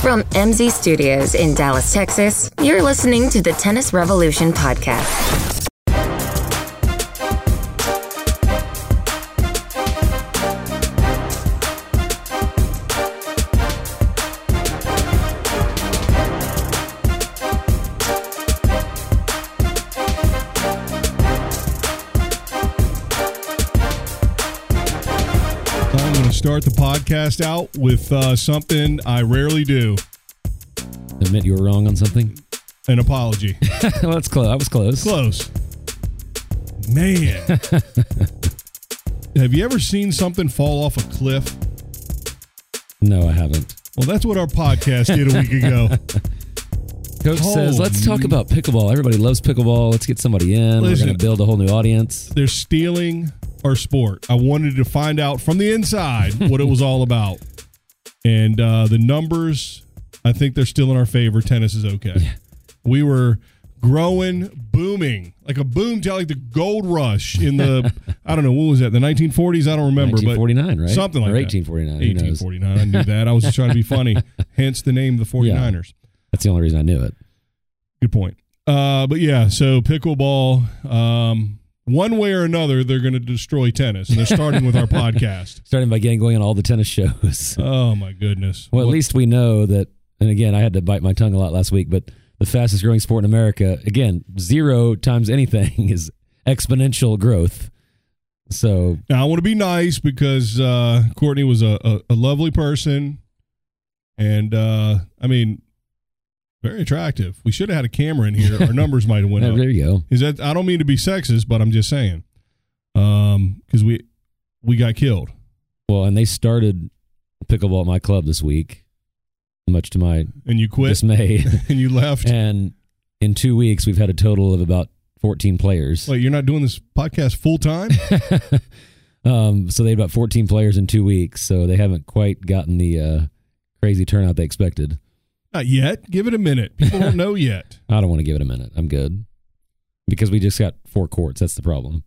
From MZ Studios in Dallas, Texas, you're listening to the Tennis Revolution Podcast. Well, I'm going to start the podcast out with uh, something I rarely do Admit you were wrong on something. an apology. well, that's close. That was close. Close. Man. Have you ever seen something fall off a cliff? No, I haven't. Well, that's what our podcast did a week ago. Coach says, "Let's Holy- talk about pickleball. Everybody loves pickleball. Let's get somebody in. We're Listen. going to build a whole new audience." They're stealing our sport. I wanted to find out from the inside what it was all about. And uh, the numbers, I think they're still in our favor. Tennis is okay. We were growing, booming, like a boom, like the gold rush in the, I don't know, what was that, the 1940s? I don't remember. but 1949, right? Something like or that. 1849. Who knows? 1849. I knew that. I was just trying to be funny. Hence the name, the 49ers. That's the only reason I knew it. Good point. Uh, but yeah, so pickleball, um, one way or another, they're going to destroy tennis, and they're starting with our podcast. Starting by getting going on all the tennis shows. Oh my goodness! Well, at What- least we know that. And again, I had to bite my tongue a lot last week, but the fastest growing sport in America, again, zero times anything is exponential growth. So now I want to be nice because uh, Courtney was a, a, a lovely person, and uh, I mean, very attractive. We should have had a camera in here. Our numbers might have went oh, up. there you go. Is that I don't mean to be sexist, but I'm just saying, um, because we we got killed. Well, and they started pickleball at my club this week, much to my And you quit, dismay. and you left. and in two weeks, we've had a total of about 14 players. Wait, you're not doing this podcast full time? um, so they had about 14 players in two weeks. So they haven't quite gotten the uh, crazy turnout they expected. Not yet. Give it a minute. People don't know yet. I don't want to give it a minute. I'm good because we just got four courts. That's the problem.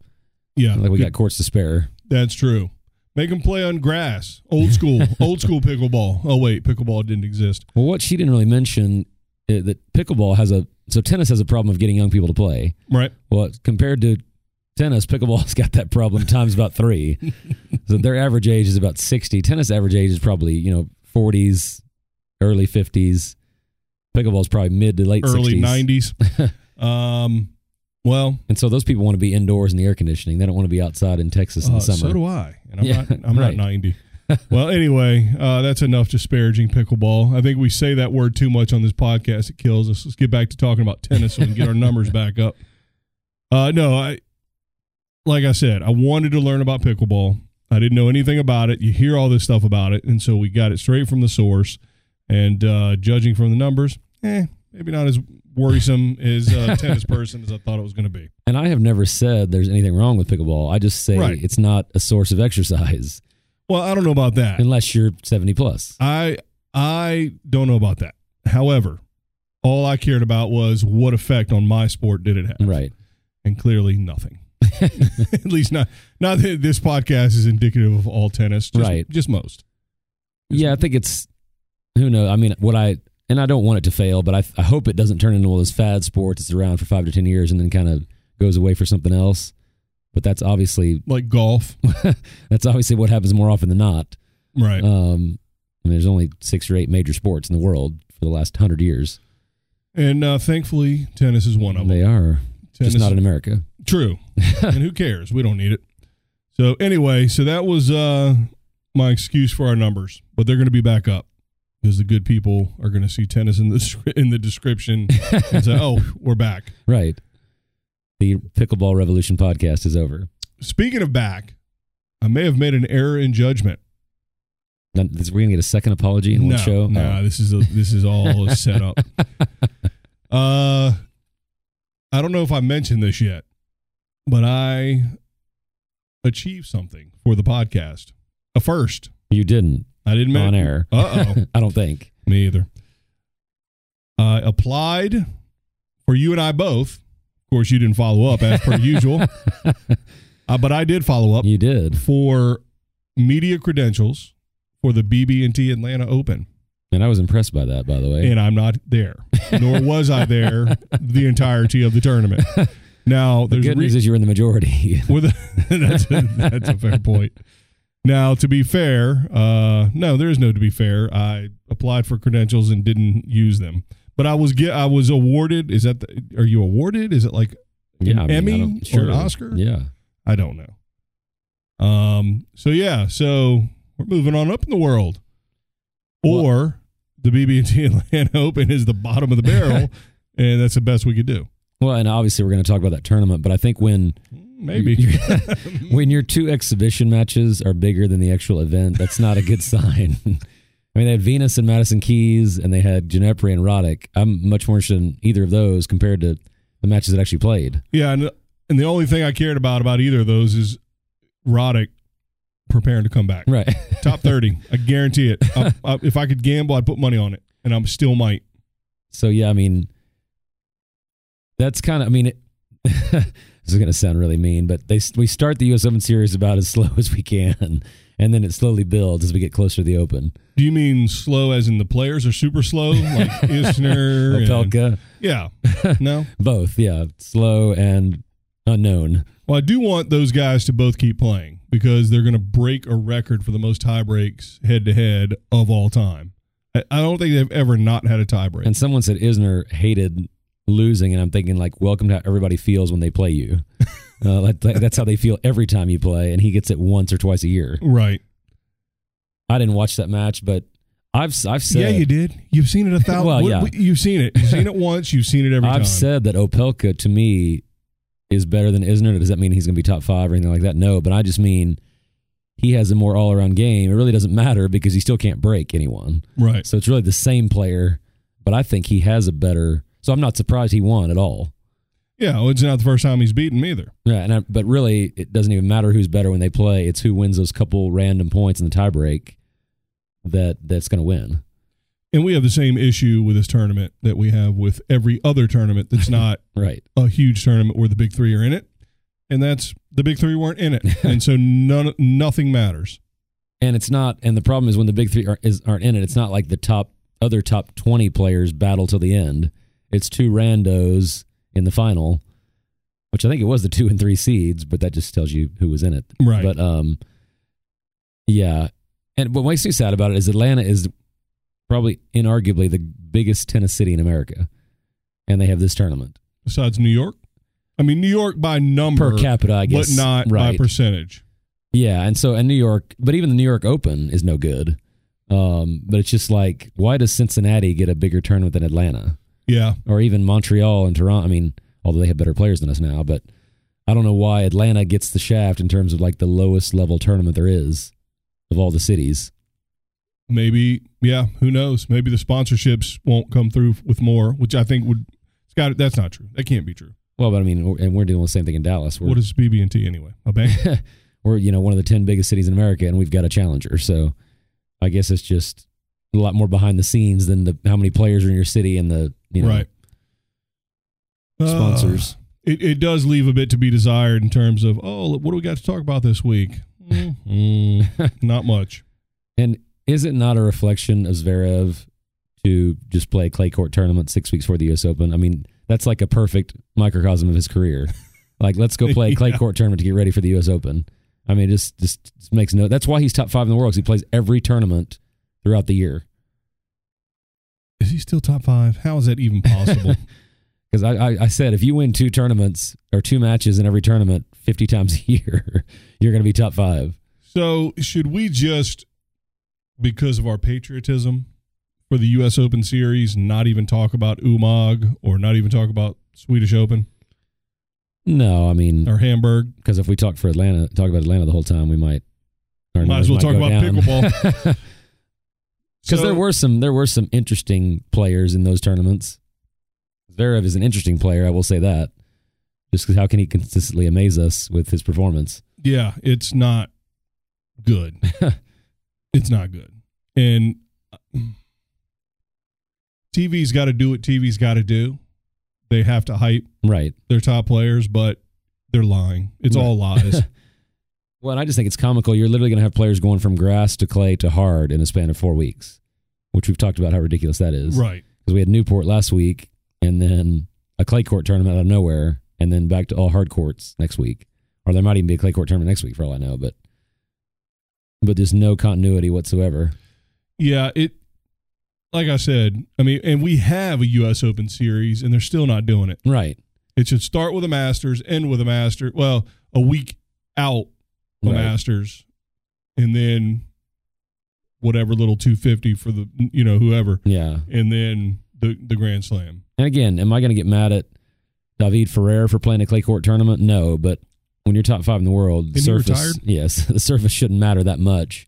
Yeah, Like we got courts to spare. that's true. Make them play on grass. Old school. Old school pickleball. Oh wait, pickleball didn't exist. Well, what she didn't really mention is that pickleball has a so tennis has a problem of getting young people to play. Right. Well, compared to tennis, pickleball's got that problem times about three. so their average age is about 60. Tennis average age is probably, you know, 40s, early 50s. Pickleball's probably mid to late Early 60s. nineties. um. Well, And so those people want to be indoors in the air conditioning. They don't want to be outside in Texas in uh, the summer. so do I, and I'm Yeah, not. I'm not right. ninety. well, anyway, uh, that's enough disparaging pickleball. I think we say that word too much on this podcast. It kills us. Let's get back to talking about tennis so we can get our numbers back up. Uh, no, I like I said, I wanted to learn about pickleball. I didn't know anything about it. You hear all this stuff about it, and so we got it straight from the source. And uh, judging from the numbers, eh, maybe not as worrisome as a tennis person as I thought it was going to be. And I have never said there's anything wrong with pickleball. I just say Right. it's not a source of exercise Well, I don't know about that. unless you're 70 plus. I I don't know about that. However, all I cared about was what effect on my sport did it have, Right. and clearly nothing. At least not not that this podcast is indicative of all tennis, just, Right. Just most. Yeah, I think it's who knows. I mean, what I and I don't want it to fail, but I, I hope it doesn't turn into one of those fad sports that's around for five to ten years and then kind of goes away for something else. But that's obviously like golf, that's obviously what happens more often than not. right? Um, I mean, there's only six or eight major sports in the world for the last hundred years. and uh, thankfully, tennis is one of them. They are Tennis, just not in America. true, and who cares? We don't need it. So anyway, so that was uh, my excuse for our numbers, but they're going to be back up because the good people are going to see tennis in the descri- in the description and say, "Oh, we're back." Right. The pickleball revolution podcast is over. Speaking of back, I may have made an error in judgment. Now, this- We're gonna get a second apology in no, one show. Oh. no, this is a, this is all a setup. Uh, I don't know if I mentioned this yet, but I achieved something for the podcast. A first, you didn't I didn't on mention air. Uh oh, I don't think. me either. I applied for you and I both. Of course, you didn't follow up as per usual, uh, but I did follow up. You did. for media credentials for the BB&T Atlanta Open. And I was impressed by that, by the way. and I'm not there, nor was I there the entirety of the tournament. Now, the there's good re- news is you're in the majority. with a, that's, a, that's a fair point. Now, to be fair, uh, no, there is no to be fair. I applied for credentials and didn't use them, but I was get I was awarded. Is that the, are you awarded? Is it like yeah, I mean, I Emmy don't- or sure. an Oscar? Yeah. I don't know. Um. So yeah. So we're moving on up in the world, Well- or the BB&T Atlanta Open is the bottom of the barrel, and that's the best we could do. Well, and obviously we're going to talk about that tournament, but I think when Maybe. when your two exhibition matches are bigger than the actual event, that's not a good sign. I mean, they had Venus and Madison Keys, and they had Ginepri and Roddick. I'm much more interested in either of those compared to the matches that actually played. yeah. And and the only thing I cared about about either of those is Roddick preparing to come back. Right. Top thirty, I guarantee it. I, I, if I could gamble, I'd put money on it, and I'm still might. So yeah, I mean, that's kind of. I mean, it, this is going to sound really mean, but they we start the U.S. Open series about as slow as we can, and then it slowly builds as we get closer to the Open. Do you mean slow as in the players are super slow, like Isner? and- Opelka, yeah. No. both, yeah, slow and unknown. Well, I do want those guys to both keep playing because they're going to break a record for the most tie breaks head to head of all time. I, I don't think they've ever not had a tie break. And someone said Isner hated losing, and I'm thinking like, welcome to how everybody feels when they play you. Uh, like, like, that's how they feel every time you play, and he gets it once or twice a year. right. I didn't watch that match, but I've I've said yeah, you did. You've seen it a thousand. Well, what- yeah. what- You've seen it. You've seen it once. You've seen it every I've time. said that Opelka to me is better than Isner. Does that mean he's going to be top five or anything like that? No, but I just mean he has a more all around game. It really doesn't matter because he still can't break anyone. right. So it's really the same player, but I think he has a better. So I'm not surprised he won at all. Yeah. Well, it's not the first time he's beaten him either. Yeah, and I, but really, it doesn't even matter who's better when they play. It's who wins those couple random points in the tiebreak that that's going to win. And we have the same issue with this tournament that we have with every other tournament that's not Right. a huge tournament where the big three are in it. And that's the big three weren't in it. and so none, nothing matters. and it's not and the problem is when the big three are, is, aren't in it it's not like the top other top 20 players battle till the end it's two randos in the final which i think it was the two and three seeds but that just tells you who was in it Right. but um yeah and what makes me sad about it is atlanta is probably inarguably the biggest tennis city in america and they have this tournament besides New York. I mean, New York by number per capita i guess but not right by percentage. Yeah, and so and New York, but even the New York Open is no good. Um, but it's just like, why does Cincinnati get a bigger tournament than Atlanta Yeah, or even Montreal and Toronto? I mean, although they have better players than us now, but I don't know why Atlanta gets the shaft in terms of like the lowest level tournament there is of all the cities. maybe. Yeah, who knows? Maybe the sponsorships won't come through with more, which I think would. It's got. That's not true. That can't be true. Well, but I mean, and we're doing the same thing in Dallas. We're, What is BB and T anyway? A bank. we're you know one of the 10 biggest cities in america and we've got a challenger so i guess it's just a lot more behind the scenes than the how many players are in your city and the you know right. sponsors Uh, it, it does leave a bit to be desired in terms of oh, what do we got to talk about this week? Mm, not much. and is it not a reflection of zverev to just play a clay court tournament six weeks before the us open i mean that's like a perfect microcosm of his career like let's go play a clay Yeah. court tournament to get ready for the us open i mean it just just makes no that's why he's top five in the world 'cause he plays every tournament throughout the year Is he still top five? How is that even possible? Because I, I, I said if you win two tournaments or two matches in every tournament fifty times a year, you're going to be top five. So, should we just, because of our patriotism for the U.S. Open Series, not even talk about Umag or not even talk about Swedish Open No, I mean or Hamburg? because if we talk for Atlanta, talk about Atlanta the whole time, we might. our Might as numbers well might talk go about down. Because So- there were some there were some interesting players in those tournaments. Zverev is an interesting player, I will say that. Just 'cause how can he consistently amaze us with his performance? yeah, it's not good. it's not good. And uh, TV's got to do what TV's got to do. They have to hype Right. their top players, but they're lying. It's all lies. Well, and I just think it's comical. You're literally going to have players going from grass to clay to hard in a span of four weeks. which we've talked about how ridiculous that is. Right. Because we had Newport last week, and then a clay court tournament out of nowhere, and then back to all hard courts next week. Or there might even be a clay court tournament next week for all I know, but but there's no continuity whatsoever. Yeah. It. Like I said, I mean, and we have a U.S. Open series, and they're still not doing it. Right. It should start with a Masters, end with a Master. Well, a week out the Right. Masters, and then whatever little 250 for the you know whoever, Yeah. and then the the Grand Slam. And again, am I going to get mad at David Ferrer for playing a clay court tournament? No, but when you're top five in the world, the Isn't he surface, retired? yes, the surface shouldn't matter that much.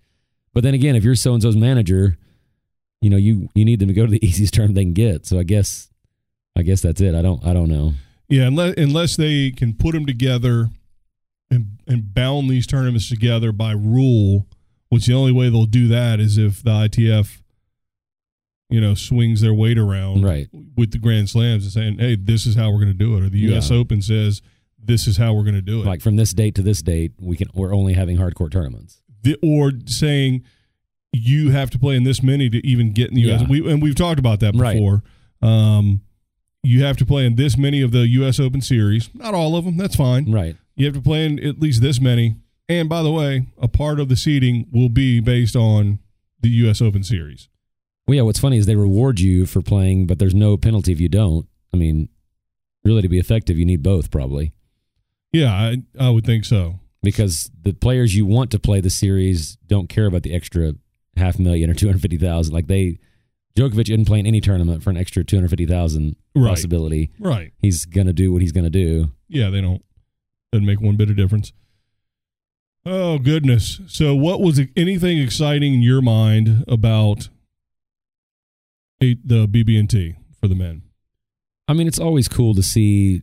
But then again, if you're so and so's manager, you know you you need them to go to the easiest term they can get. So I guess, I guess that's it. I don't I don't know. Yeah, unless unless they can put them together and and bound these tournaments together by rule, which the only way they'll do that is if the ITF, you know, swings their weight around Right. with the Grand Slams and saying, "Hey, this is how we're going to do it," or the U.S. Yeah. Open says, "This is how we're going to do it," Like from this date to this date, we can we're only having hard court tournaments. the, or saying you have to play in this many to even get in the U.S. Yeah. We, and we've talked about that Right. before. Um, you have to play in this many of the U.S. Open series. Not all of them. That's fine. Right. You have to play in at least this many. And by the way, a part of the seeding will be based on the U.S. Open series. Well, yeah. What's funny is they reward you for playing, but there's no penalty if you don't. I mean, really, to be effective, you need both probably. Yeah, I, I would think so. because the players you want to play the series don't care about the extra half million or 250,000 like they Djokovic isn't playing any tournament for an extra 250,000 Right. possibility. Right. He's going to do what he's going to do. Yeah, they don't. Doesn't make one bit of difference. Oh goodness! So, what was e-, anything exciting in your mind about eight, the BB&T for the men? I mean, it's always cool to see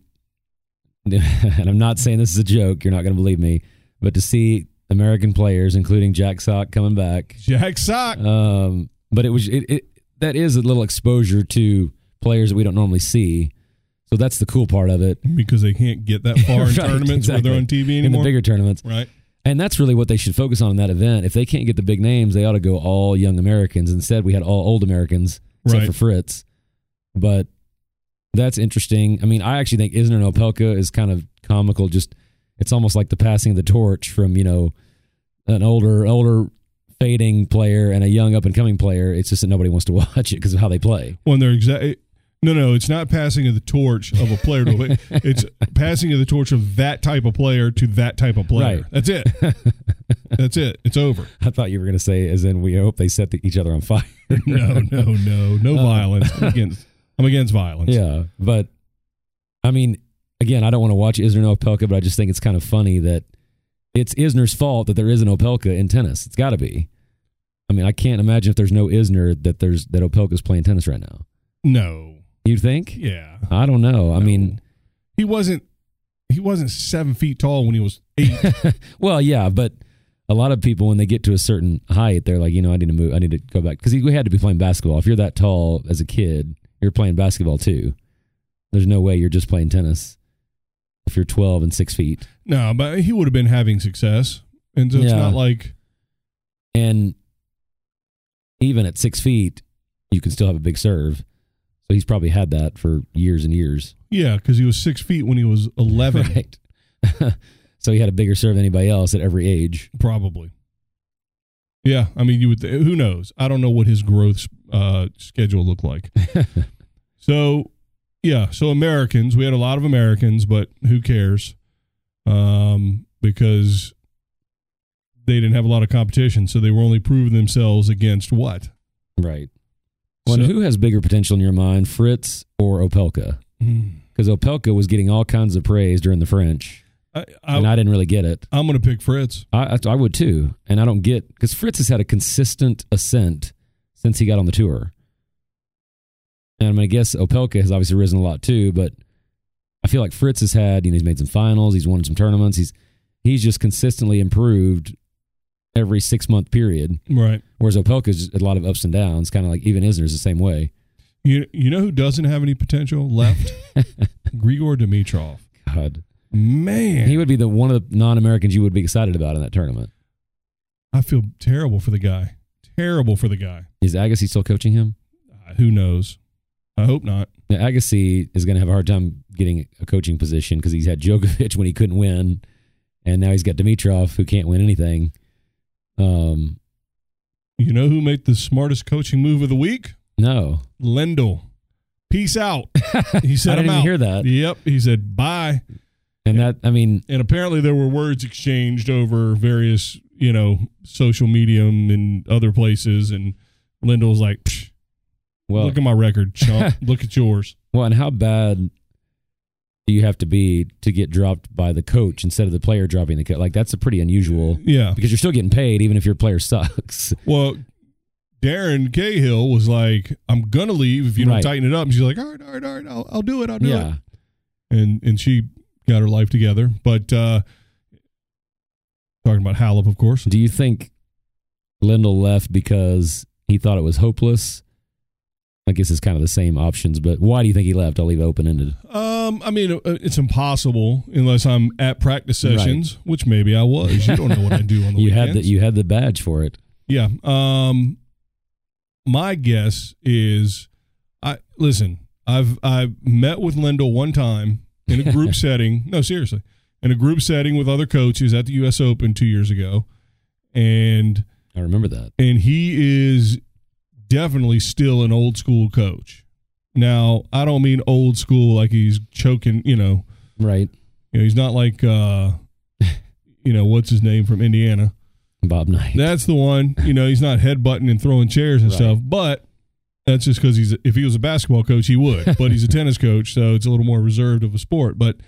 and I'm not saying this is a joke, you're not going to believe me, but to see American players including Jack Sock coming back Jack Sock. Um, but it was it, it that is a little exposure to players that we don't normally see. So that's the cool part of it. because they can't get that far in Right, tournaments where exactly. they're on TV in the anymore. bigger tournaments. right. And that's really what they should focus on in that event. If they can't get the big names, they ought to go all young Americans. Instead, we had all old Americans, except Right. for Fritz. But that's interesting. I mean, I actually think Isner and Opelka is kind of comical. Just it's almost like the passing of the torch from you know an older, older fading player and a young up and coming player. It's just that nobody wants to watch it because of how they play. When they're exact. No, no, it's not passing of the torch of a player to a It's passing of the torch of that type of player to that type of player. Right. That's it. That's it. It's over. I thought you were going to say, as in, we hope they set the, each other on fire. No, no, no, no violence. I'm against. I'm against violence. Uh, Yeah, but I mean, again, I don't want to watch Isner and Opelka, but I just think it's kind of funny that it's Isner's fault that there is an Opelka in tennis. It's got to be. I mean, I can't imagine if there's no Isner that there's that Opelka's playing tennis right now. No. You think? Yeah. I don't know. I mean, He wasn't. He wasn't seven feet tall when he was eight. well, yeah, but a lot of people when they get to a certain height, they're like, you know, I need to move. I need to go back because we had to be playing basketball. If you're that tall as a kid, you're playing basketball too. There's no way you're just playing tennis if you're 12 and six feet. no, but he would have been having success, and so it's Yeah. not like And even at six feet, you can still have a big serve. So he's probably had that for years and years. yeah, because he was six feet when he was eleven, Right. so he had a bigger serve than anybody else at every age. probably. Yeah, I mean, you would. Th- who knows? I don't know what his growth uh, schedule looked like. so, yeah, so Americans, we had a lot of Americans, but who cares? Um, because they didn't have a lot of competition, so they were only proving themselves against what? Right. Well, and So- who has bigger potential in your mind, Fritz or Opelka? Hmm. Because Opelka was getting all kinds of praise during the French, I, and I, I didn't really get it. I'm going to pick Fritz. I, I, I would too, and I don't get because Fritz has had a consistent ascent since he got on the tour. And I mean, I guess Opelka has obviously risen a lot too, but I feel like Fritz has had you know he's made some finals, he's won some tournaments, he's he's just consistently improved every six month period. Right. Whereas Opelka's just a lot of ups and downs, kind of like even Isner's the same way. You you know who doesn't have any potential left? Grigor Dimitrov. God, Man, he would be the one of the non Americans you would be excited about in that tournament. I feel terrible for the guy. terrible for the guy. Is Agassi still coaching him? Uh, who knows? I hope not. Now, Agassi is going to have a hard time getting a coaching position because he's had Djokovic when he couldn't win, and now he's got Dimitrov who can't win anything. Um, You know who made the smartest coaching move of the week? no, Lendl. Peace out. He said, I "I'm didn't even out." hear that. Yep. He said, bye. and that I mean, And apparently there were words exchanged over various, you know, social medium and other places. And Lendl was like, "Psh, well, look at my record, chump. look at yours. Well, and how bad do you have to be to get dropped by the coach instead of the player dropping the coach? Like that's a pretty unusual Yeah. because you're still getting paid even if your player sucks. Well, Darren Cahill was like, I'm going to leave if you don't Right. tighten it up. And she's like, all right, all right, all right. I'll, I'll do it. I'll do it. yeah. and and she got her life together. But uh talking about Halep, of course. Do you think Lindell left because he thought it was hopeless? I guess it's kind of the same options, but why do you think he left? I'll leave open ended. Um, I mean, uh, it's impossible unless I'm at practice Right. sessions, which maybe I was. You don't know what I do on the You had weekends. the you had the badge for it. yeah. Um, my guess is, I listen. I've I met with Lindell one time in a group setting. No, seriously, in a group setting with other coaches at the U.S. Open two years ago, and I remember that. and he is definitely still an old school coach. Now, I don't mean old school like he's choking, you know, Right. you know, he's not like uh you know, what's his name from Indiana. Bob Knight. That's the one, you know, he's not headbutting and throwing chairs and Right. stuff, but that's just cuz he's if he was a basketball coach, he would, but he's a tennis coach, so it's a little more reserved of a sport, but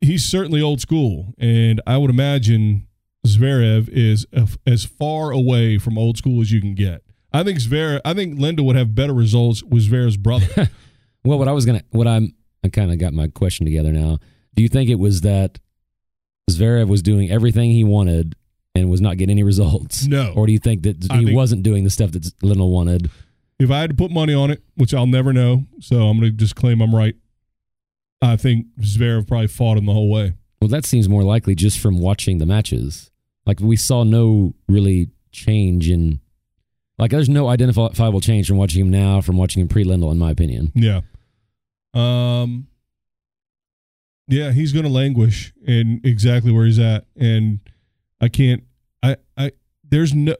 he's certainly old school and I would imagine Zverev is af- as far away from old school as you can get. I think Zverev, I think Linda would have better results with Zverev's brother. Well, what I was gonna, what I'm, I kind of got my question together now. Do you think it was that Zverev was doing everything he wanted and was not getting any results? No. Or do you think that I he think- wasn't doing the stuff that Lindell wanted? if I had to put money on it, which I'll never know, so I'm going to just claim I'm right. I think Zverev probably fought him the whole way. Well, that seems more likely just from watching the matches. Like we saw no really change in, like there's no identifiable change from watching him now from watching him pre Lindell, in my opinion. Yeah. Um Yeah, he's going to languish in exactly where he's at and I can't I I there's no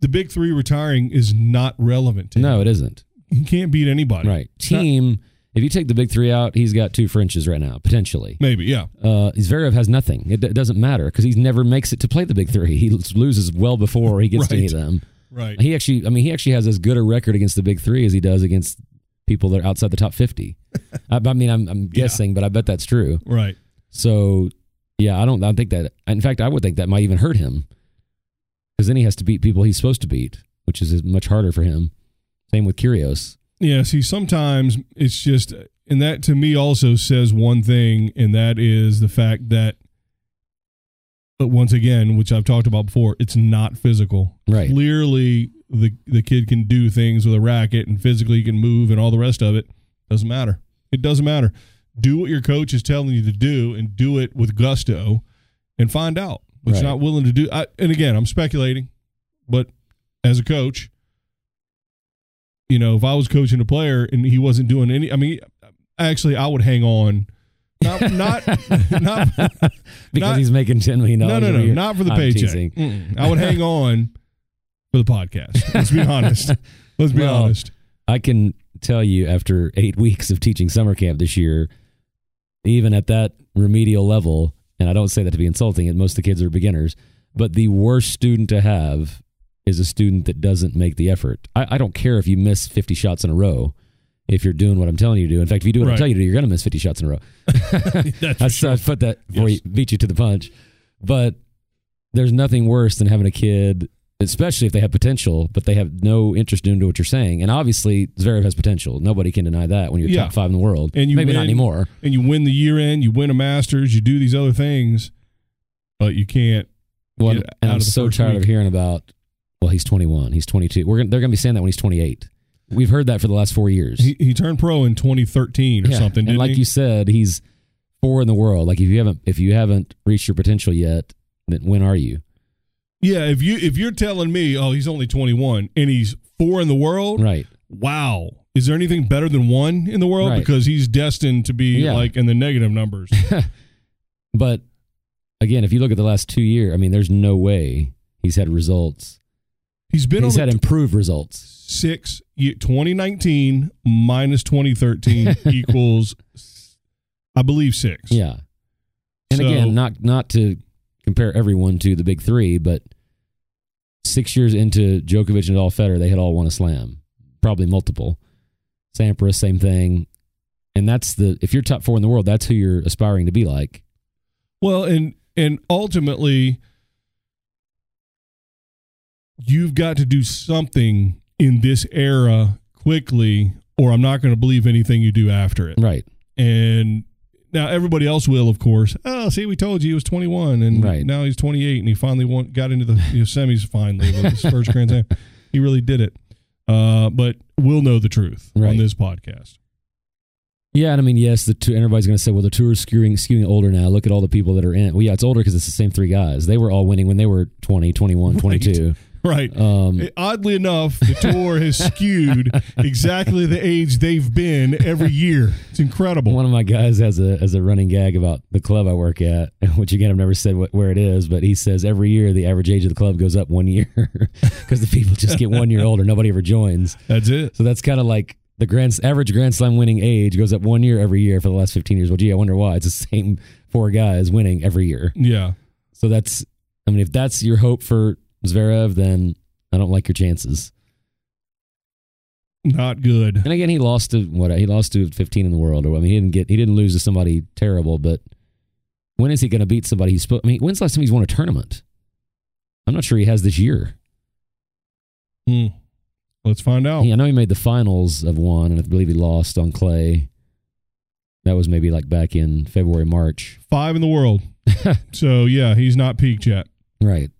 the big 3 retiring is not relevant. To him. No, it isn't. He can't beat anybody. Right. not- Team. If you take the big three out, he's got two Frenches right now, potentially. Maybe, yeah. uh, Zverev has nothing. It, d- it doesn't matter because he never makes it to play the big three. He l- loses well before he gets to any of them. Right. He actually, I mean, he actually has as good a record against the big three as he does against people that are outside the top fifty. I, I mean, I'm, I'm guessing, but I bet that's true. Right. So, yeah, I don't, I don't think that. In fact, I would think that might even hurt him because then he has to beat people he's supposed to beat, which is much harder for him. Same with Curios. Yeah, see, sometimes it's just, and that to me also says one thing, and that is the fact that, but once again, which I've talked about before, it's not physical. Right. Clearly, the the kid can do things with a racket, and physically he can move, and all the rest of it doesn't matter. It doesn't matter. Do what your coach is telling you to do, and do it with gusto, and find out. But Right. you're not willing to do. I, and again, I'm speculating, but as a coach, you know, if I was coaching a player and he wasn't doing any, I mean, actually, I would hang on. Not, not, not. because Not- he's making ten million No, dollars. no, a no, year. not for the I'm paycheck. teasing. Mm-mm. I would hang on for the podcast. Let's be honest. Let's be Well, honest. I can tell you after eight weeks of teaching summer camp this year, even at that remedial level, and I don't say that to be insulting, and most of the kids are beginners, but the worst student to have is a student that doesn't make the effort. I, I don't care if you miss 50 shots in a row if you're doing what I'm telling you to do. In fact, if you do what Right. I'm telling you to do, you're going to miss 50 shots in a row. That's I, I put that before Yes. you beat you to the punch. But there's nothing worse than having a kid, especially if they have potential, but they have no interest in doing what you're saying. And obviously, Zverev has potential. Nobody can deny that when you're Yeah. top five in the world. And you Maybe not win. anymore. and you win the year end, you win a Masters, you do these other things, but you can't. Well, Get out and I'm of the so first tired week. of hearing about, well, he's 21, he's 22. We're gonna, they're going to be saying that when he's 28. We've heard that for the last four years. He, he turned pro in 2013 or Yeah. something. And didn't like he? you said, he's four in the world. Like if you haven't if you haven't reached your potential yet, then when are you? yeah, if you if you're telling me, oh, he's only 21 and he's four in the world, Right. wow. Is there anything better than one in the world? Right. Because he's destined to be Yeah. like in the negative numbers. But again, if you look at the last two year, I mean, there's no way he's had results. He's been he's on had the improved results. six. ye- 2019 minus 2013 equals, I believe, six. Yeah. And So- again, not not to compare everyone to the big three, but six years into Djokovic and all Federer, they had all won a slam, probably multiple. Sampras, same thing. And that's the if you're top four in the world, that's who you're aspiring to be like. Well, and and ultimately, you've got to do something in this era quickly, or I'm not going to believe anything you do after it. Right. And now everybody else will, of course. Oh, see, we told you he was 21, and Right. now he's 28, and he finally won, got into the you know, semis. Finally, with his first Grand Slam, he really did it. Uh, but we'll know the truth on Right. this podcast. Yeah, and I mean, yes, the tour, everybody's going to say, well, the tour is skewing, skewing older now. Look at all the people that are in it. Well, yeah, it's older because it's the same three guys. They were all winning when they were 20, 21, 22. Right. Eh, Um, Oddly enough, the tour has skewed exactly the age they've been every year. It's incredible. one of my guys has a has a running gag about the club I work at, which again, I've never said what, where it is, but he says every year the average age of the club goes up one year because the people just get one year older. Nobody ever joins. That's it. So that's kind of like the grand average Grand Slam winning age goes up one year every year for the last 15 years. Well, gee, I wonder why. It's the same four guys winning every year. Yeah. So that's, I mean, if that's your hope for Zverev, then I don't like your chances. Not good. And again, he lost to what? He lost to 15 in the world. Or I mean, he didn't get, he didn't lose to somebody terrible. But when is he going to beat somebody? He's, spo- I mean, when's the last time he's won a tournament? I'm not sure he has this year. Hmm. Let's find out. Yeah, I know he made the finals of one, and I believe he lost on clay. That was maybe like back in February, March. Five in the world. so, yeah, he's not peaked yet. Right.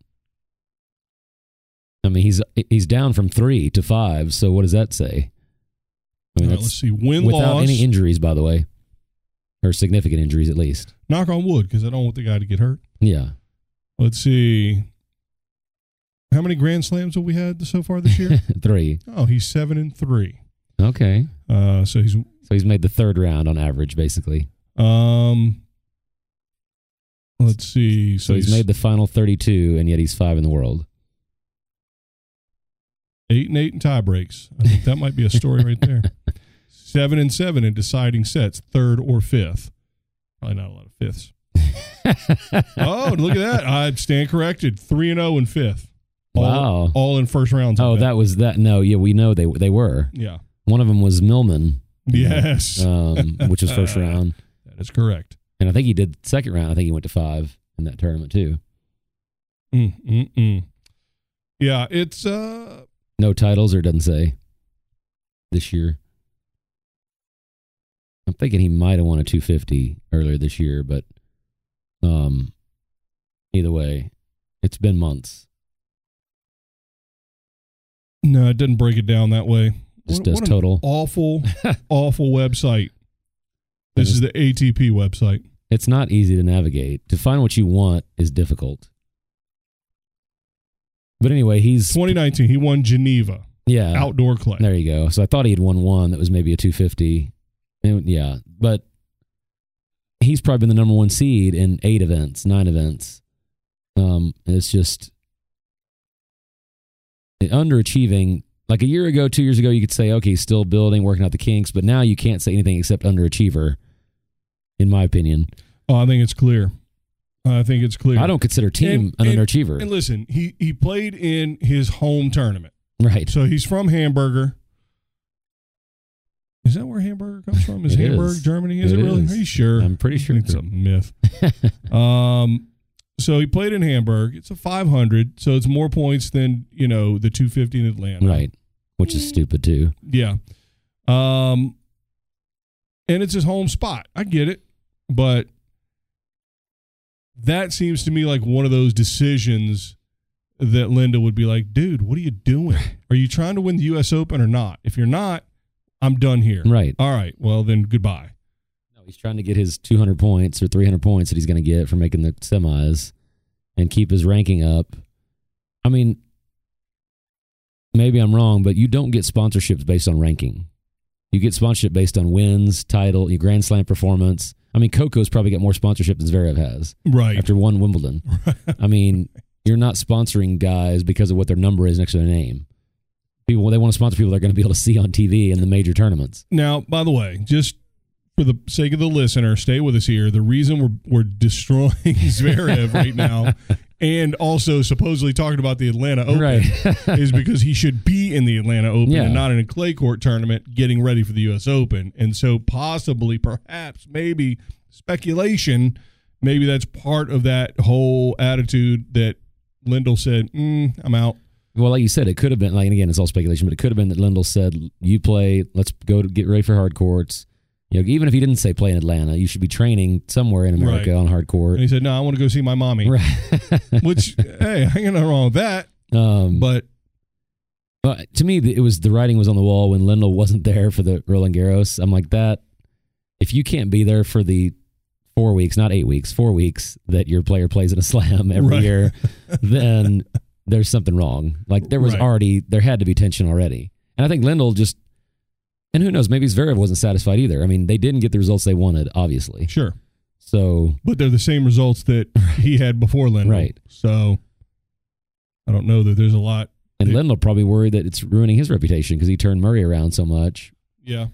I mean, he's he's down from three to five. So what does that say? I All right, mean, that's- let's see. Win, without loss. any injuries, by the way, or significant injuries at least. knock on wood because I don't want the guy to get hurt. Yeah, Let's see. How many Grand Slams have we had so far this year? three. oh, he's seven and three. Okay, Uh, so he's so he's made the third round on average, basically. um. Let's see. So he's made the final thirty-two, and yet he's five in the world. Eight and eight in tie breaks. I think that might be a story right there. Seven and seven in deciding sets, third or fifth. Probably not a lot of fifths. Oh, look at that! I stand corrected. Three and zero in fifth. All, Wow. All in first rounds. I Oh, bet. that was that. No, yeah, we know they they were. Yeah. One of them was Millman, Yes, um, which was first round, that is correct. and I think he did second round. I think he went to five in that tournament too. Mm, mm, mm. Yeah, it's uh, No titles, or it doesn't say this year. I'm thinking he might have won a 250 earlier this year, but um, either way, it's been months. no, it doesn't break it down that way. Just What- does what an total. Awful, awful website. This is the ATP website. It's not easy to navigate. To find what you want is difficult. But anyway, he's 2019, he won Geneva yeah. outdoor clay. There you go. So I thought he had won one that was maybe a 250. And, yeah, but he's probably been the number one seed in eight events, nine events. Um, and it's just underachieving. Like a year ago, two years ago, you could say, okay, he's still building, working out the kinks, but now you can't say anything except underachiever, in my opinion. Oh, I think it's clear. I think it's clear. I don't consider team an and- underachiever. And listen, he he played in his home tournament, right. so he's from Hamburger. Is that where Hamburger comes from? Is It Hamburg is. Germany? Is it, It really? is. Are you sure? I'm pretty sure it's it's- a myth. um, so he played in Hamburg. It's a 500, so it's more points than you know the 250 in Atlanta. Right. Which is stupid, too. Yeah. Um and it's his home spot. I get it. But that seems to me like one of those decisions that Linda would be like, "Dude, what are you doing? Are you trying to win the US Open or not? If you're not, I'm done here." Right. All right. Well, then goodbye. No, he's trying to get his 200 points or 300 points that he's going to get for making the semis and keep his ranking up I mean, maybe I'm wrong, but you don't get sponsorships based on ranking. You get sponsorship based on wins, title, your Grand Slam performance. I mean, Coco's probably got more sponsorship than Zverev has Right. after one Wimbledon. I mean, you're not sponsoring guys because of what their number is next to their name. People, they want to sponsor people they're going to be able to see on TV in the major tournaments. Now, by the way, just for the sake of the listener, stay with us here. The reason we're we're destroying Zverev right now, and also supposedly talking about the Atlanta Open, is because he should be in the Atlanta Open Yeah. and not in a clay court tournament, getting ready for the U.S. Open. And so, possibly, perhaps, maybe speculation, maybe that's part of that whole attitude that Lindell said, mm, "I'm out." Well, like you said, it could have been like, and again, it's all speculation, but it could have been that Lindell said, "You play. Let's go to get ready for hard courts." You know, even if he didn't say play in Atlanta, you should be training somewhere in America Right. on hard court. And he said, "No, I want to go see my mommy." Right. Which, hey, I ain't nothing wrong with that, um, but, but. to me, the- it was the writing was on the wall when Lindell wasn't there for the Roland Garros. I'm like that. If you can't be there for the four weeks, not eight weeks, four weeks that your player plays in a slam every Right. year, then there's something wrong. Like there was Right. already there had to be tension already, and I think Lindell just. And who knows? Maybe Zverev wasn't satisfied either. I mean, they didn't get the results they wanted, obviously. Sure. So But they're the same results that he had before Lindell. Right. So I don't know that there's a lot. And Yeah. Lindell probably worried that it's ruining his reputation because he turned Murray around so much. Yeah.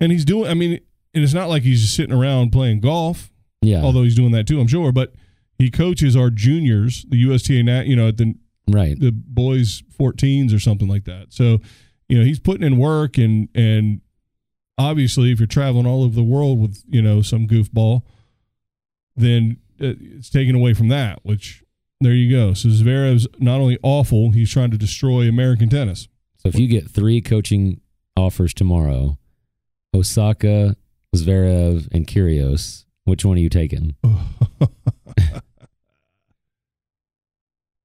And he's doing, I mean, and it's not like he's just sitting around playing golf, Yeah. although he's doing that too, I'm sure. But he coaches our juniors, the USTA, nat, you know, at the, right. the boys 14s or something like that. So, you know, he's putting in work and, and, Obviously, if you're traveling all over the world with you know some goofball, then uh, it's taken away from that. Which there you go. So Zverev's not only awful, he's trying to destroy American tennis. So if you get three coaching offers tomorrow, Osaka, Zverev, and Kyrgios, which one are you taking?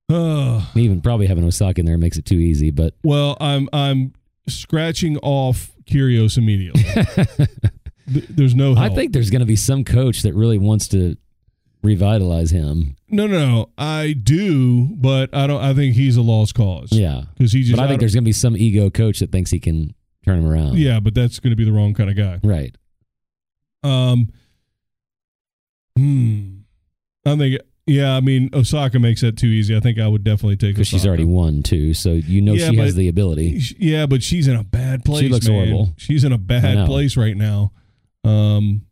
Ah. And even probably having Osaka in there makes it too easy, but well, I'm I'm scratching off Curios immediately. Th- There's no. I Help. think there's going to be some coach that really wants to revitalize him. no, no, no. I do, but I don't. I think he's a lost cause. Yeah. because he just. But I think out of- there's going to be some ego coach that thinks he can turn him around. yeah, but that's going to be the wrong kind of guy. Right. Um, hmm. I think. Yeah, I mean Osaka makes that too easy. I think I would definitely take Because she's Osaka. already won, too. So you know Yeah, she has but- the ability. Yeah, but she's in a bad place. looks man. horrible. She's in a I bad know. place right now. Um,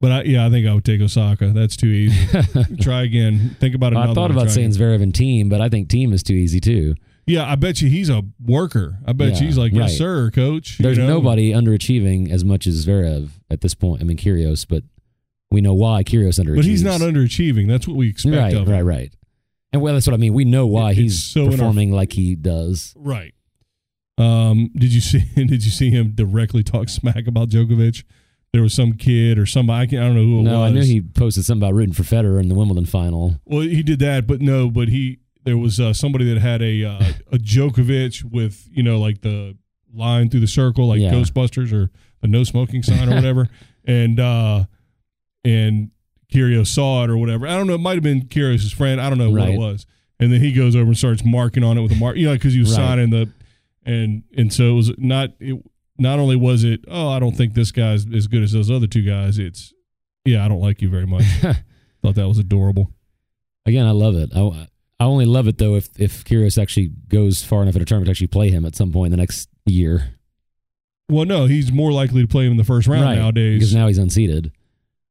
but I, yeah, I think I would take Osaka. That's too easy. Try again. Think about another. I thought one. about Try saying again. Zverev and team, but I think team is too easy too. Yeah, I bet you he's a worker. I bet Yeah, you he's like, yes, right. sir, coach. You There's know? nobody underachieving as much as Zverev at this point. I mean Kyrgios, but we know why Kyrgios underachieves. But he's not underachieving. That's what we expect right, of him. right, right. And well, that's what I mean. We know why It's he's so in our- performing like he does. Right. Um, did you see? Did you see him directly talk smack about Djokovic? There was some kid or somebody. I, can, I don't know who it No, was. I knew he posted something about rooting for Federer in the Wimbledon final. Well, he did that, but no, but he there was uh, somebody that had a uh, a Djokovic with you know like the line through the circle, like Yeah. Ghostbusters or the no smoking sign or whatever, and uh and Kyrgios saw it or whatever. I don't know. It might have been Kyrgios's friend. I don't know what Right. it was. And then he goes over and starts marking on it with a mark, you know, because he was Right. signing the and and so it was not it. Not only was it, oh, I don't think this guy's as good as those other two guys. It's, yeah, I don't like you very much. Thought that was adorable. Again, I love it. I, I only love it though if if Kyrgios actually goes far enough in a tournament to actually play him at some point in the next year. Well, no, he's more likely to play him in the first round Because nowadays. now he's unseated.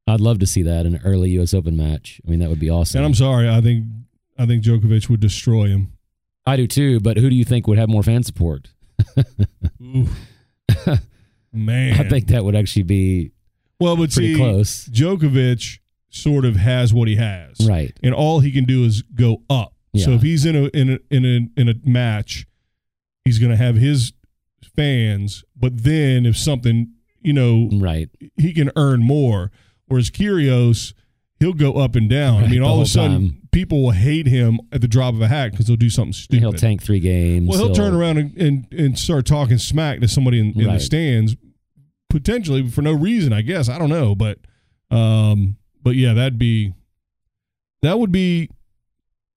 I'd love to see that in an early U.S. Open match. I mean, that would be awesome. and I'm sorry, I think I think Djokovic would destroy him. I do too, but who do you think would have more fan support? Ooh. Man, I think that would actually be well, but pretty see, close. Djokovic sort of has what he has, Right. and all he can do is go up. So Yeah. if he's in a in a in a in a match, he's going to have his fans. But then if something you know Right. he can earn more. Whereas Kyrgios, he'll go up and down. I Right, mean, the all whole of a sudden, time. people will hate him at the drop of a hat because he'll do something stupid. He'll tank three games. well, he'll turn around and, and, and start talking smack to somebody in, in the Right. stands, potentially for no reason, I guess. I don't know, but um, but yeah, that'd be that would be.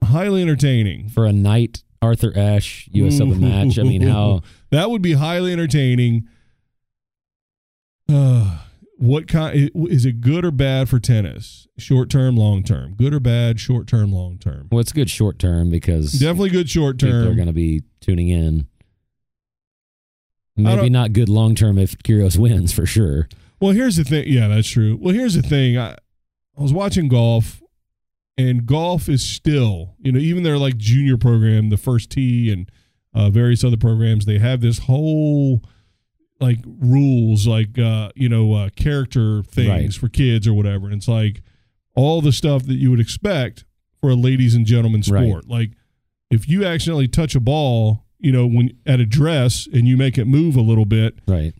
highly entertaining. for a night Arthur Ashe US Open match. I mean, how that would be highly entertaining. Uh, what kind is it good or bad for tennis? Short term, long term. Good or bad? Short term, long term. well, it's good short term because Definitely good short people are term. going to be tuning in. I Maybe don't- not good long term if Kyrgios wins for sure. Well, here's the thing. Yeah, that's true. Well, here's the thing. I, I was watching golf, and golf is still, you know, even their like junior program, the first tee, and uh, various other programs, they have this whole like rules, like uh, you know, uh, character things Right. for kids or whatever. And it's like all the stuff that you would expect for a ladies and gentlemen Right. sport, like if you accidentally touch a ball, you know, when at a dress and you make it move a little bit Right,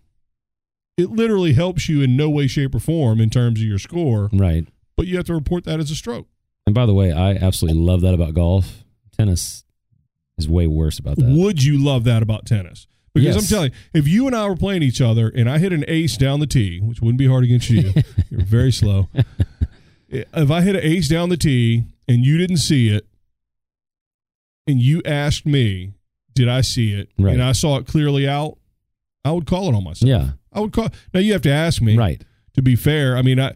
it literally helps you in no way, shape, or form in terms of your score, right. but you have to report that as a stroke. And by the way, I absolutely love that about golf. Tennis is way worse about that. Would you love that about tennis? Because Yes. I'm telling you, if you and I were playing each other and I hit an ace down the tee, which wouldn't be hard against you, you're very slow. If I hit an ace down the tee and you didn't see it, and you asked me, did I see it? Right. And I saw it clearly out, I would call it on myself. Yeah, I would call. Now you have to ask me. right. To be fair, I mean, I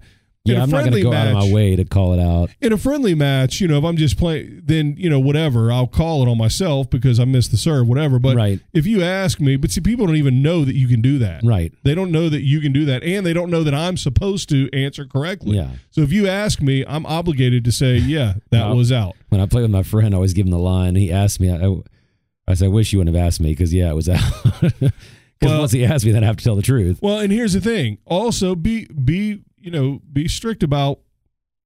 in Yeah, a I'm not going to friendly go out of match- my way to call it out. in a friendly match, you know, if I'm just playing, then you know, whatever, I'll call it on myself because I missed the serve, whatever. But right, if you ask me, but see, people don't even know that you can do that. right. They don't know that you can do that, and they don't know that I'm supposed to answer correctly. Yeah. So if you ask me, I'm obligated to say, yeah, that No. was out. When I play with my friend, I always give him the line. He asked me, I, I said, I wish you wouldn't have asked me because, yeah, it was out. Because Well- once he asked me, then I have to tell the truth. Well, and here's the thing. Also, be be you know be strict about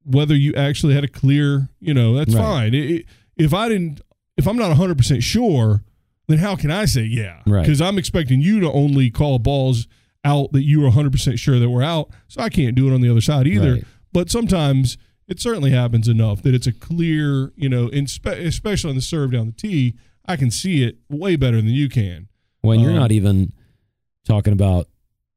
whether you actually had a clear. You know, that's Right. fine. It, it- if I didn't, if I'm not 100 percent sure, then how can I say yeah? Right. Because I'm expecting you to only call balls out that you are 100 percent sure that we're out. So I can't do it on the other side either. Right. But sometimes it certainly happens enough that it's a clear. You know, in spe- especially on the serve down the tee, I can see it way better than you can. When you're Um, not even talking about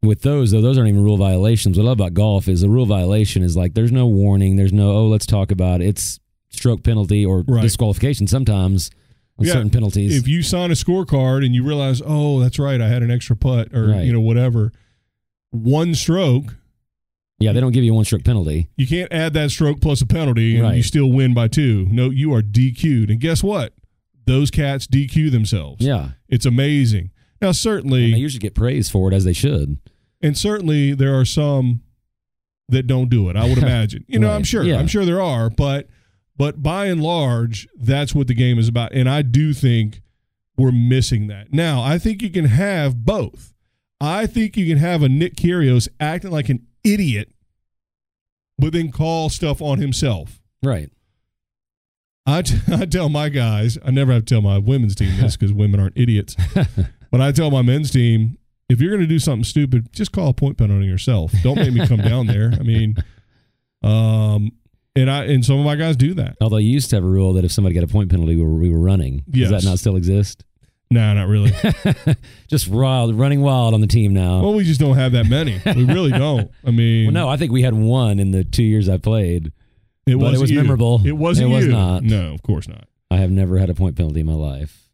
with those though, those aren't even rule violations. What I love about golf is the rule violation is like there's no warning, there's no oh let's talk about it. it's stroke penalty or Right. disqualification sometimes on Yeah. certain penalties. if you sign a scorecard and you realize, oh, that's right, I had an extra putt or Right. you know whatever, one stroke, yeah, they don't give you one stroke penalty. you can't add that stroke plus a penalty and you Right. still win by two. No, you are DQ'd, and guess what? Those cats DQ themselves. Yeah, it's amazing. Now, and they certainly, usually get praise for it as they should. and certainly, there are some that don't do it. I would imagine. You know, I'm Right. sure. Yeah. I'm sure there are, but but by and large, that's what the game is about. And I do think we're missing that. Now, I think you can have both. I think you can have a Nick Kyrgios acting like an idiot, but then call stuff on himself. Right, I, t- I tell my guys, I never have to tell my women's team this because women aren't idiots. but I tell my men's team, if you're going to do something stupid, just call a point penalty yourself. Don't make me come down there. I mean, um, and I and some of my guys do that. although you used to have a rule that if somebody got a point penalty, we were, we were running. Yes. Does that not still exist? Nah, not really. Just wild, running wild on the team now. well, we just don't have that many. We really don't. I mean, well, no, I think we had one in the two years I played. it but it wasn't was you. memorable. It wasn't. It was you. not. No, of course not. I have never had a point penalty in my life.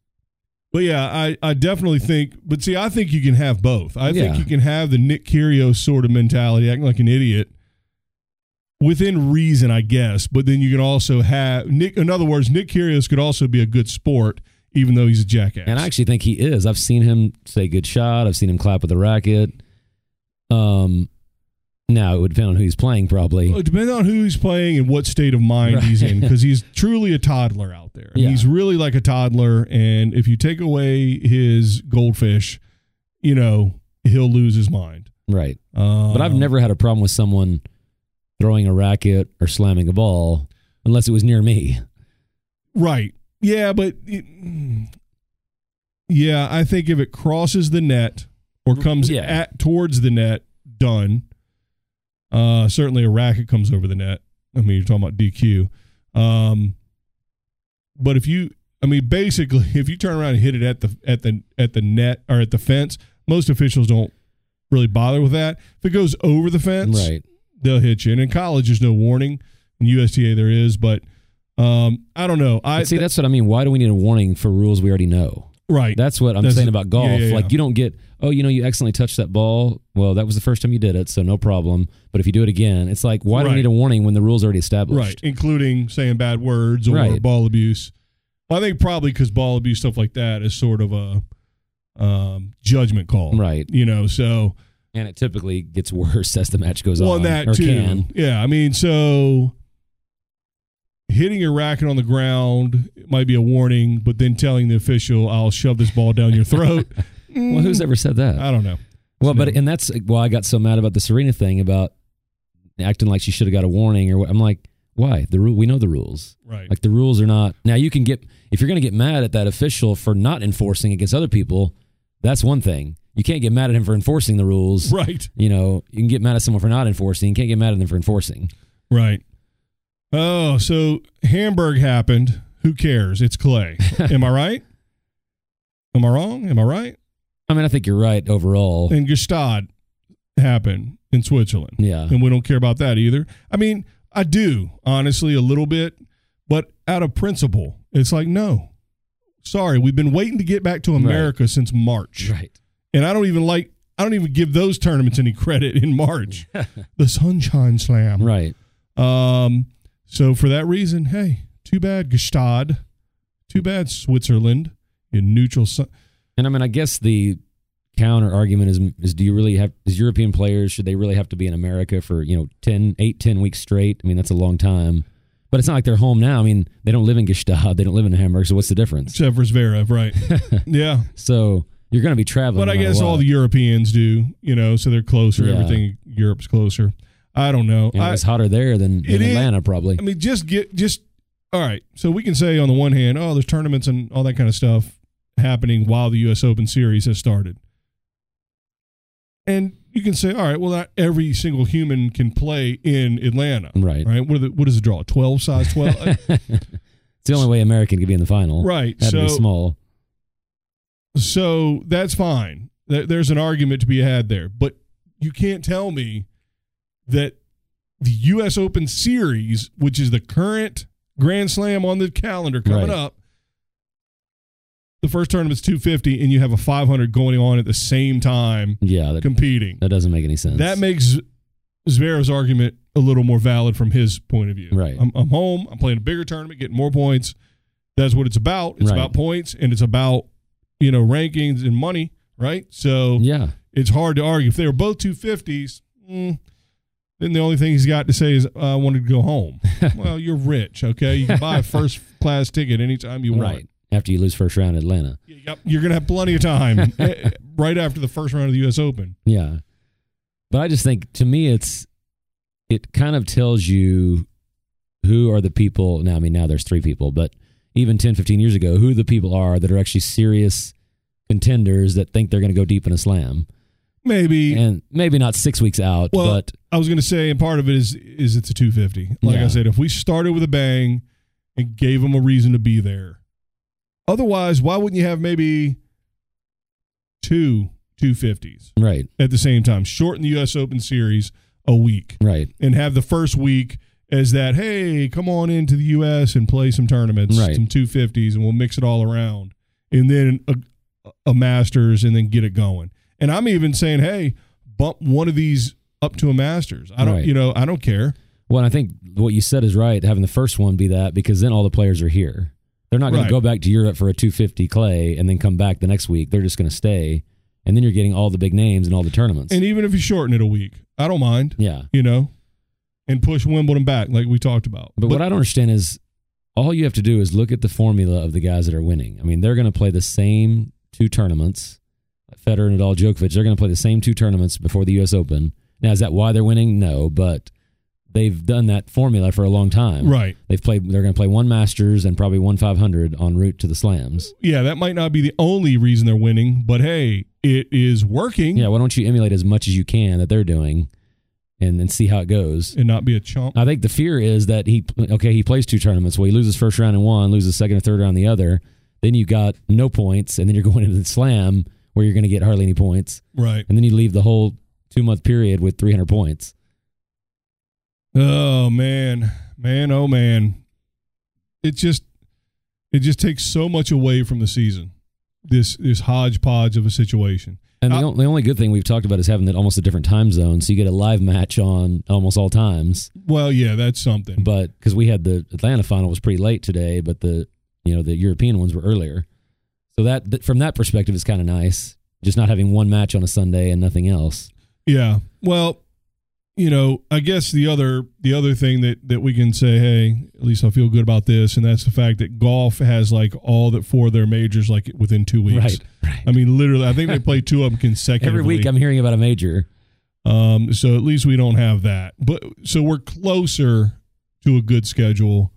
But yeah, I, I definitely think. But see, I think you can have both. I think Yeah. you can have the Nick Kyrgios sort of mentality, acting like an idiot, within reason, I guess. But then you can also have Nick. In other words, Nick Kyrgios could also be a good sport, even though he's a jackass. And I actually think he is. I've seen him say good shot. I've seen him clap with the racket. Um, now it would depend on who he's playing, probably. Well, it depends on who he's playing and what state of mind he's in, because he's truly a toddler out there. Yeah. He's really like a toddler, and if you take away his goldfish, you know he'll lose his mind. Right. Um, But I've never had a problem with someone throwing a racket or slamming a ball unless it was near me. Right. Yeah, but it- mm. yeah, I think if it crosses the net or comes Mm, Yeah. at towards the net, done. Uh, certainly a racket comes over the net. I mean, you're talking about DQ. Um, but if you, I mean, basically, if you turn around and hit it at the at the at the net or at the fence, most officials don't really bother with that. If it goes over the fence, Right. they'll hit you. And in college, there's no warning. In USTA, there is, but Um, I don't know. I But see, that's what I mean. Why do we need a warning for rules we already know? right. That's what I'm That's- saying about golf. yeah, yeah, yeah. Like you don't get, oh, you know, you accidentally touched that ball. Well, that was the first time you did it, so no problem. But if you do it again, it's like why do Right. we need a warning when the rules already right, established? including saying bad words or Right. ball abuse. Well, I think probably because ball abuse stuff like that is sort of a um, judgment call, Right. You know, so And it typically gets worse as the match goes on. well, and that or too. can. Yeah, I mean, so hitting your racket on the ground might be a warning, but then telling the official, "I'll shove this ball down your throat." Well, Mm. who's ever said that? I don't know. Well, but So- and that's why I got so mad about the Serena thing about acting like she should have got a warning or what. I'm like, why? The rule we know the rules. Right. Like the rules are not now. You can get if you're going to get mad at that official for not enforcing against other people. That's one thing. You can't get mad at him for enforcing the rules. right. You know, you can get mad at someone for not enforcing. You can't get mad at them for enforcing. Right. Oh, so Hamburg happened. Who cares? It's clay. Am I right? Am I wrong? Am I right? I mean, I think you're right overall. And Gestad happened in Switzerland. Yeah. And we don't care about that either. I mean, I do, honestly, a little bit, but out of principle, it's like, no. Sorry, we've been waiting to get back to America since March. Right. And I don't even like I don't even give those tournaments any credit in March. the Sunshine Slam. Right. Um, so for that reason, hey, too bad Gestad, too bad Switzerland, you neutral. Su- And I mean, I guess the counter argument is is do you really have is European players should they really have to be in America for you know 10, 8, 10 weeks straight? I mean, that's a long time. But it's not like they're home now. I mean, they don't live in Gestad, they don't live in Hamburg. So what's the difference? except for Zverev, right? yeah, So you're going to be traveling. but I no matter guess what. all the Europeans do, you know, so they're closer. Yeah. Everything Europe's closer. I don't know. And I, it's hotter there than It in is- Atlanta, probably. I mean, just get just all right. So we can say on the one hand, oh, there's tournaments and all that kind of stuff happening while the U.S. Open Series has started, and you can say, all right, well, not every single human can play in Atlanta, Right. Right? What, are the, what is the draw? Twelve size twelve, It's the only way American could be in the final. right? Had to be So, small. so that's fine. There- There's an argument to be had there, but you can't tell me that the U.S. Open Series, which is the current Grand Slam on the calendar coming Right. up, the first tournament's 250, and you have a 500 going on at the same time Yeah. That, competing. that doesn't make any sense. That makes Zverev's argument a little more valid from his point of view. Right. I'm, I'm home. I'm playing a bigger tournament, getting more points. That's what it's about. It's Right. about points and it's about, you know, rankings and money, right? So Yeah. it's hard to argue. If they were both 250s, mm, then the only thing he's got to say is, I wanted to go home. well, you're rich, okay? You can buy a first class ticket anytime you want. Right. After you lose first round at Atlanta. You got- You're going to have plenty of time eh, right after the first round of the U.S. Open. Yeah. But I just think to me it's it kind of tells you who are the people now I mean now there's three people, but even 10, 15 years ago, who the people are that are actually serious contenders that think they're going to go deep in a slam. Maybe. And maybe not 6 weeks out, Well, but I was going to say, and part of it is is it's a 250. Like I Yeah. said, if we started with a bang and gave them a reason to be there, otherwise, why wouldn't you have maybe two 250s right, at the same time? Shorten the U.S. Open Series a week right, and have the first week as that. Hey, come on into the U.S. and play some tournaments, Right. some 250s, and we'll mix it all around, and then a, a Masters, and then get it going. And I'm even saying, hey, bump one of these up to a Masters. I don't, Right. you know, I don't care. Well, and I think what you said is right, having the first one be that because then all the players are here. They're not going Right. to go back to Europe for a 250 clay and then come back the next week. They're just going to stay. And then you're getting all the big names and all the tournaments. And even if you shorten it a week, I don't mind. yeah. You know, and push Wimbledon back like we talked about. But, what I don't understand is all you have to do is look at the formula of the guys that are winning. I mean, they're going to play the same two tournaments. Federer and Nadal, Djokovic, they're going to play the same two tournaments before the U.S. Open. Now, is that why they're winning? No, but they've done that formula for a long time. right, They've played. They're going to play one Masters and probably one 500 en route to the Slams. yeah, that might not be the only reason they're winning, but hey, it is working. Yeah, why don't you emulate as much as you can that they're doing, and then see how it goes. and not be a chump. I think the fear is that he okay he plays two tournaments. Well, he loses first round in one, loses second or third round in the other. Then you got no points, and then you're going into the slam where you're going to get hardly any points, right. and then you leave the whole two month period with 300 points. Oh man, man, oh man. it just it just takes so much away from the season. This this hodgepodge of a situation. And the, Uh, on- the only good thing we've talked about is having that almost a different time zone, so you get a live match on almost all times. Well, yeah, that's something. But because we had the Atlanta final was pretty late today, but the you know the European ones were earlier, so that th- from that perspective is kind of nice. Just not having one match on a Sunday and nothing else. Yeah. Well, you know, I guess the other the other thing that that we can say, hey, at least I feel good about this, and that's the fact that golf has like all that four of their majors like within two weeks. Right, right. I mean, literally, I think they play two of them consecutively Every week I'm hearing about a major. Um, so at least we don't have that. But so we're closer to a good schedule.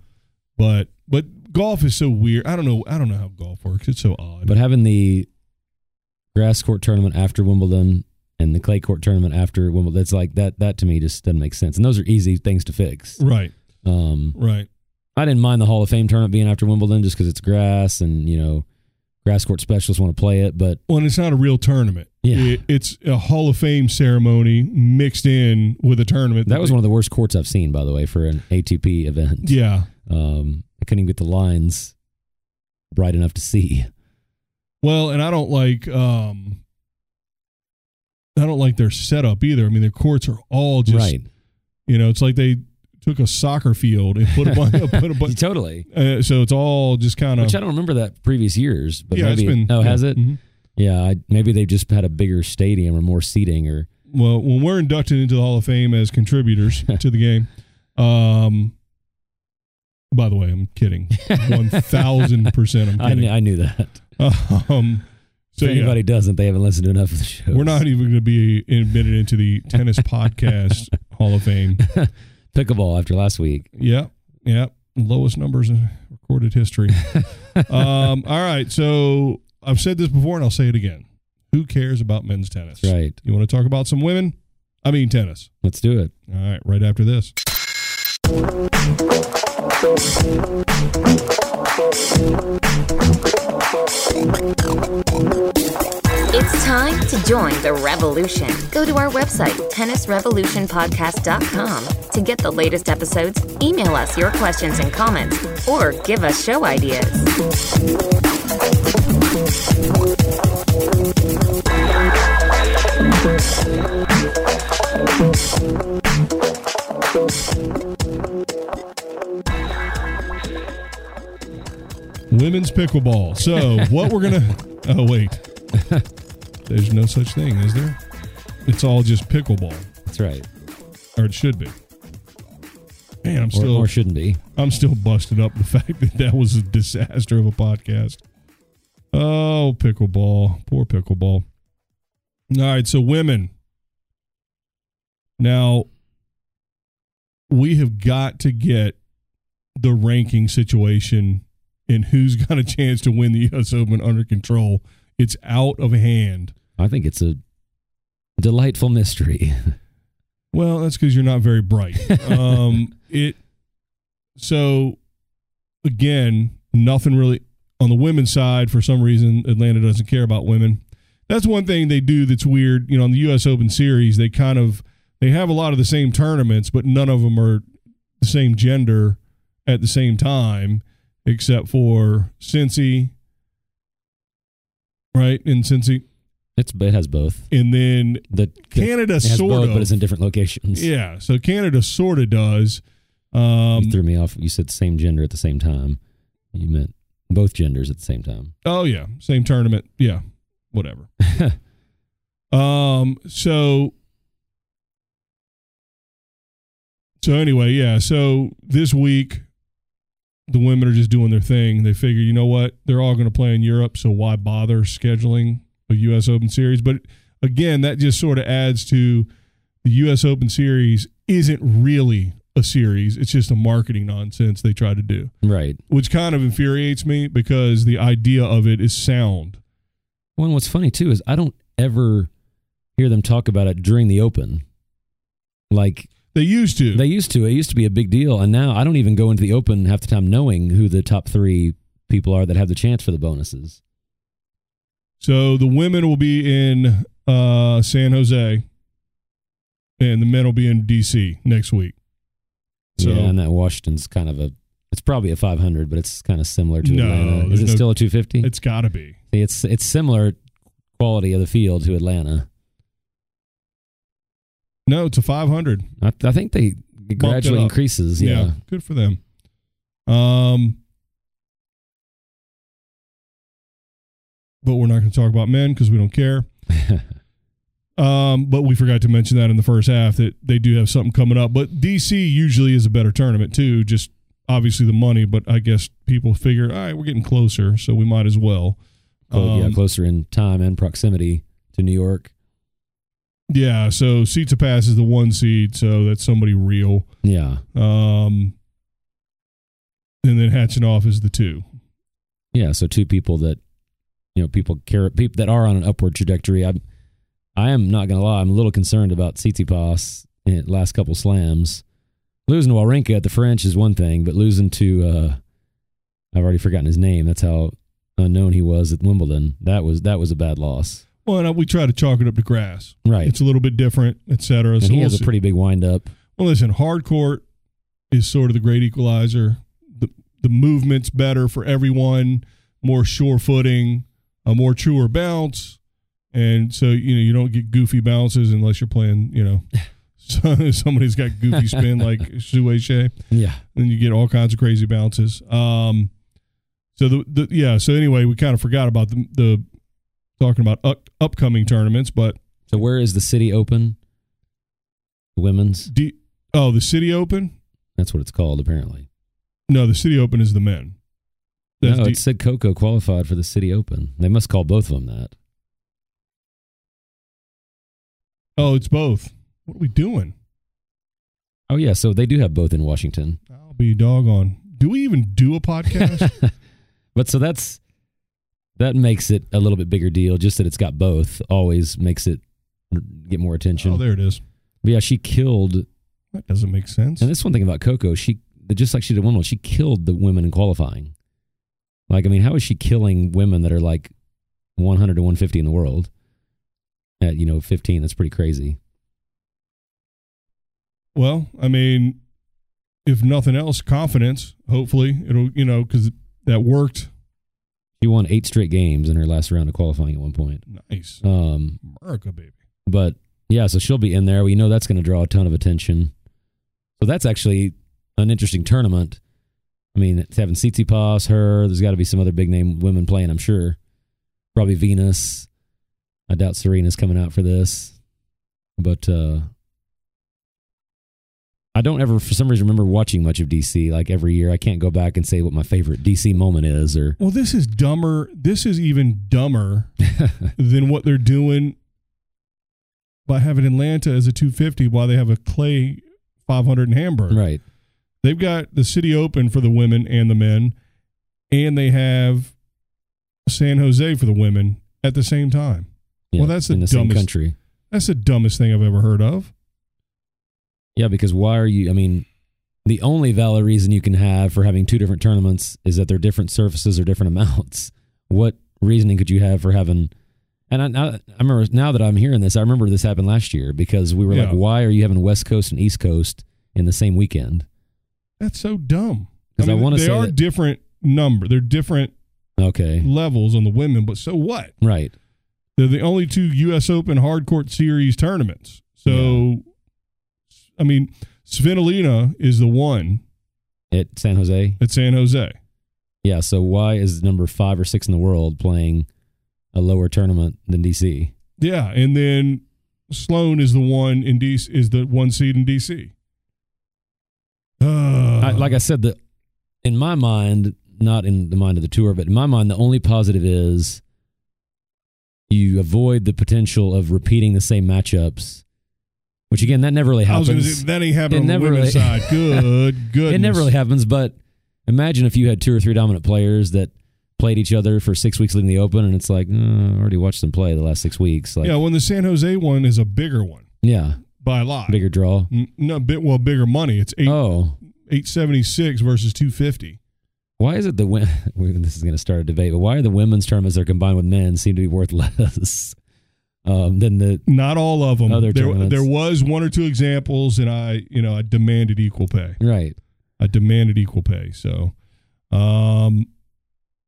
But but golf is so weird. I don't know. I don't know how golf works. It's so odd. But having the grass court tournament after Wimbledon and the clay court tournament after Wimbledon, that's like that. That to me just doesn't make sense. And those are easy things to fix. right, Um, right. I didn't mind the Hall of Fame tournament being after Wimbledon just because it's grass and you know grass court specialists want to play it. But Well, and it's not a real tournament. Yeah. It, it's a Hall of Fame ceremony mixed in with a tournament. that was they- one of the worst courts I've seen, by the way, for an ATP event. Yeah. Um, I couldn't even get the lines bright enough to see. Well, and I don't like um I don't like their setup either. I mean, their courts are all just right? you know, it's like they took a soccer field and put a bunch, put a bunch totally. uh, so it's all just kind of Which I don't remember that previous years, but yeah, maybe it's been oh, has yeah, it? mhm. Yeah, I, maybe they just had a bigger stadium or more seating or Well, when we're inducted into the Hall of Fame as contributors to the game, um by the way, I'm kidding. 1000% I'm I, kidding. kn- I knew that. Um, so if yeah, anybody doesn't, they haven't listened to enough of the show. we're not even going to be admitted into the tennis podcast Hall of Fame. pickleball after last week. Yeah, yeah, lowest numbers in recorded history. um, all right, so I've said this before, and I'll say it again. Who cares about men's tennis? Right. You want to talk about some women? I mean tennis. Let's do it. All right, right after this. It's time to join the revolution. Go to our website, tennisrevolutionpodcast.com, to get the latest episodes, email us your questions and comments, or give us show ideas. Women's pickleball. So what we're gonna? Oh wait, there's no such thing, is there? It's all just pickleball, That's right. or it should be. Man, I'm Or, still or shouldn't be. I'm still busted up the fact that that was a disaster of a podcast. Oh, pickleball. Poor pickleball. All right, so women. Now, we have got to get the ranking situation and who's got a chance to win the U.S. Open under control. It's out of hand. I think it's a delightful mystery. Well, that's because you're not very bright. Um, it so again, nothing really on the women's side. For some reason, Atlanta doesn't care about women. That's one thing they do that's weird. You know, on the U.S. Open Series, they kind of they have a lot of the same tournaments, but none of them are the same gender at the same time, except for Cincy, right? And Cincy, It's it has both. and then The Canada it has sort both, of, but it's in different locations. yeah, so Canada sort of does. Um, you threw me off. You said the same gender at the same time. You meant both genders at the same time. oh yeah, same tournament. Yeah, whatever. um, so so anyway, yeah. So this week, the women are just doing their thing. They figure, you know what? They're all going to play in Europe, so why bother scheduling a U.S. Open series? But again, that just sort of adds to the U.S. Open series isn't really a series. It's just a marketing nonsense they try to do. Right. which kind of infuriates me because the idea of it is sound. Well, and what's funny too is I don't ever hear them talk about it during the open. Like They used to. they used to. It used to be a big deal, and now I don't even go into the open half the time knowing who the top three people are that have the chance for the bonuses. so the women will be in uh, San Jose, and the men will be in D.C. next week. So yeah, and that Washington's kind of a It's probably a 500, but it's kind of similar to No, Atlanta. there's Is it no- still a 250? It's got to be. See, It's it's similar quality of the field to Atlanta. No, it's a 500. I, I think they it Bumped it gradually up. increases. Yeah. good for them. Um, but we're not going to talk about men because we don't care. Um, but we forgot to mention that in the first half that they do have something coming up. But DC usually is a better tournament too. Just obviously the money, but I guess people figure, all right, we're getting closer, so we might as well. Clo- Oh, yeah, Um, closer in time and proximity to New York. yeah. So seat to pass is the one seed, so that's somebody real. Yeah. Um, and then hatching off is the two. Yeah, so two people that you know people care people that are on an upward trajectory. I I am not gonna lie, I'm a little concerned about Tsitsipas in the last couple slams. Losing to Wawrinka at the French is one thing, but losing to uh I've already forgotten his name. That's how unknown he was at Wimbledon. That was that was a bad loss. Well, and we try to chalk it up to grass. Right. It's a little bit different, et cetera. and so he we'll has see. a pretty big wind up. Well, listen, hard court is sort of the great equalizer. The the movement's better for everyone, more sure footing, a more truer bounce. And so, you know, you don't get goofy bounces unless you're playing, you know, so- somebody's got goofy spin like Sue Shea. Yeah. Then you get all kinds of crazy bounces. Um, so the, the yeah. So anyway, we kind of forgot about the, the talking about up, upcoming tournaments, but So where is the city open? The women's. D, oh, the City Open. That's what it's called apparently. No, the City Open is the men. That's no, D- it said Coco qualified for the City Open. They must call both of them that. oh, it's both. What are we doing? Oh yeah, so they do have both in Washington. I'll be doggone. Do we even do a podcast? but so that's that makes it a little bit bigger deal. Just that it's got both always makes it get more attention. oh, there it is. but yeah, she killed. And That doesn't make sense. that's one thing about Coco. She just like she did Wimbledon, she killed the women in qualifying. Like I mean, how is she killing women that are like 100 to 150 in the world? At you know 15, that's pretty crazy. Well, I mean, if nothing else, confidence. Hopefully, it'll you know because that worked. She won eight straight games in her last round of qualifying at one point. Nice, Um, America, baby. but yeah, so she'll be in there. We know that's going to draw a ton of attention. So that's actually an interesting tournament. I mean, it's having Tsitsipas, her. There's got to be some other big name women playing. I'm sure. Probably Venus. I doubt Serena's coming out for this, but uh I don't ever, for some reason, remember watching much of DC. Like every year, I can't go back and say what my favorite DC moment is, or Well, this is dumber. This is even dumber than what they're doing by having Atlanta as a 250 while they have a clay 500 in Hamburg. right. They've got the city open for the women and the men, and they have San Jose for the women at the same time. Well, that's the in the same dumbest- country. That's the dumbest thing I've ever heard of. Yeah, because why are you? I mean, the only valid reason you can have for having two different tournaments is that they're different surfaces or different amounts. What reasoning could you have for having? And I, I, I remember now that I'm hearing this, I remember this happened last year because we were Yeah. like, why are you having West Coast and East Coast in the same weekend? That's so dumb. 'Cause I wanna they say are that- different number. They're different Okay, levels on the women, but so what? right. They're the only two U.S. Open Hard Court Series tournaments. So, I mean, Svitolina is the one At San Jose, at San Jose. yeah. So why is number five or six in the world playing a lower tournament than DC? Yeah, and then Sloan is the one in DC is the one seed in DC. Uh, I, like I said, the in my mind, not in the mind of the tour, but in my mind, the only positive is you avoid the potential of repeating the same matchups. Which again, that never really I was gonna happens. say, that ain't happening It on the never women's really- side. Good, good. it never really happens. But imagine if you had two or three dominant players that played each other for six weeks leading the Open, and it's like "Uh, I already watched them play the last six weeks. Like, yeah, when the San Jose one is a bigger one yeah, by a lot. bigger draw. N- No, bit well, bigger money. It's eight Oh, eight seventy six versus two fifty. Why is it the win? This is going to start a debate, but why are the women's tournaments that are combined with men seem to be worth less um, than the? Not all of them. Other there, tournaments. there was one or two examples, and I, you know, I demanded equal pay. Right. I demanded equal pay. So, um,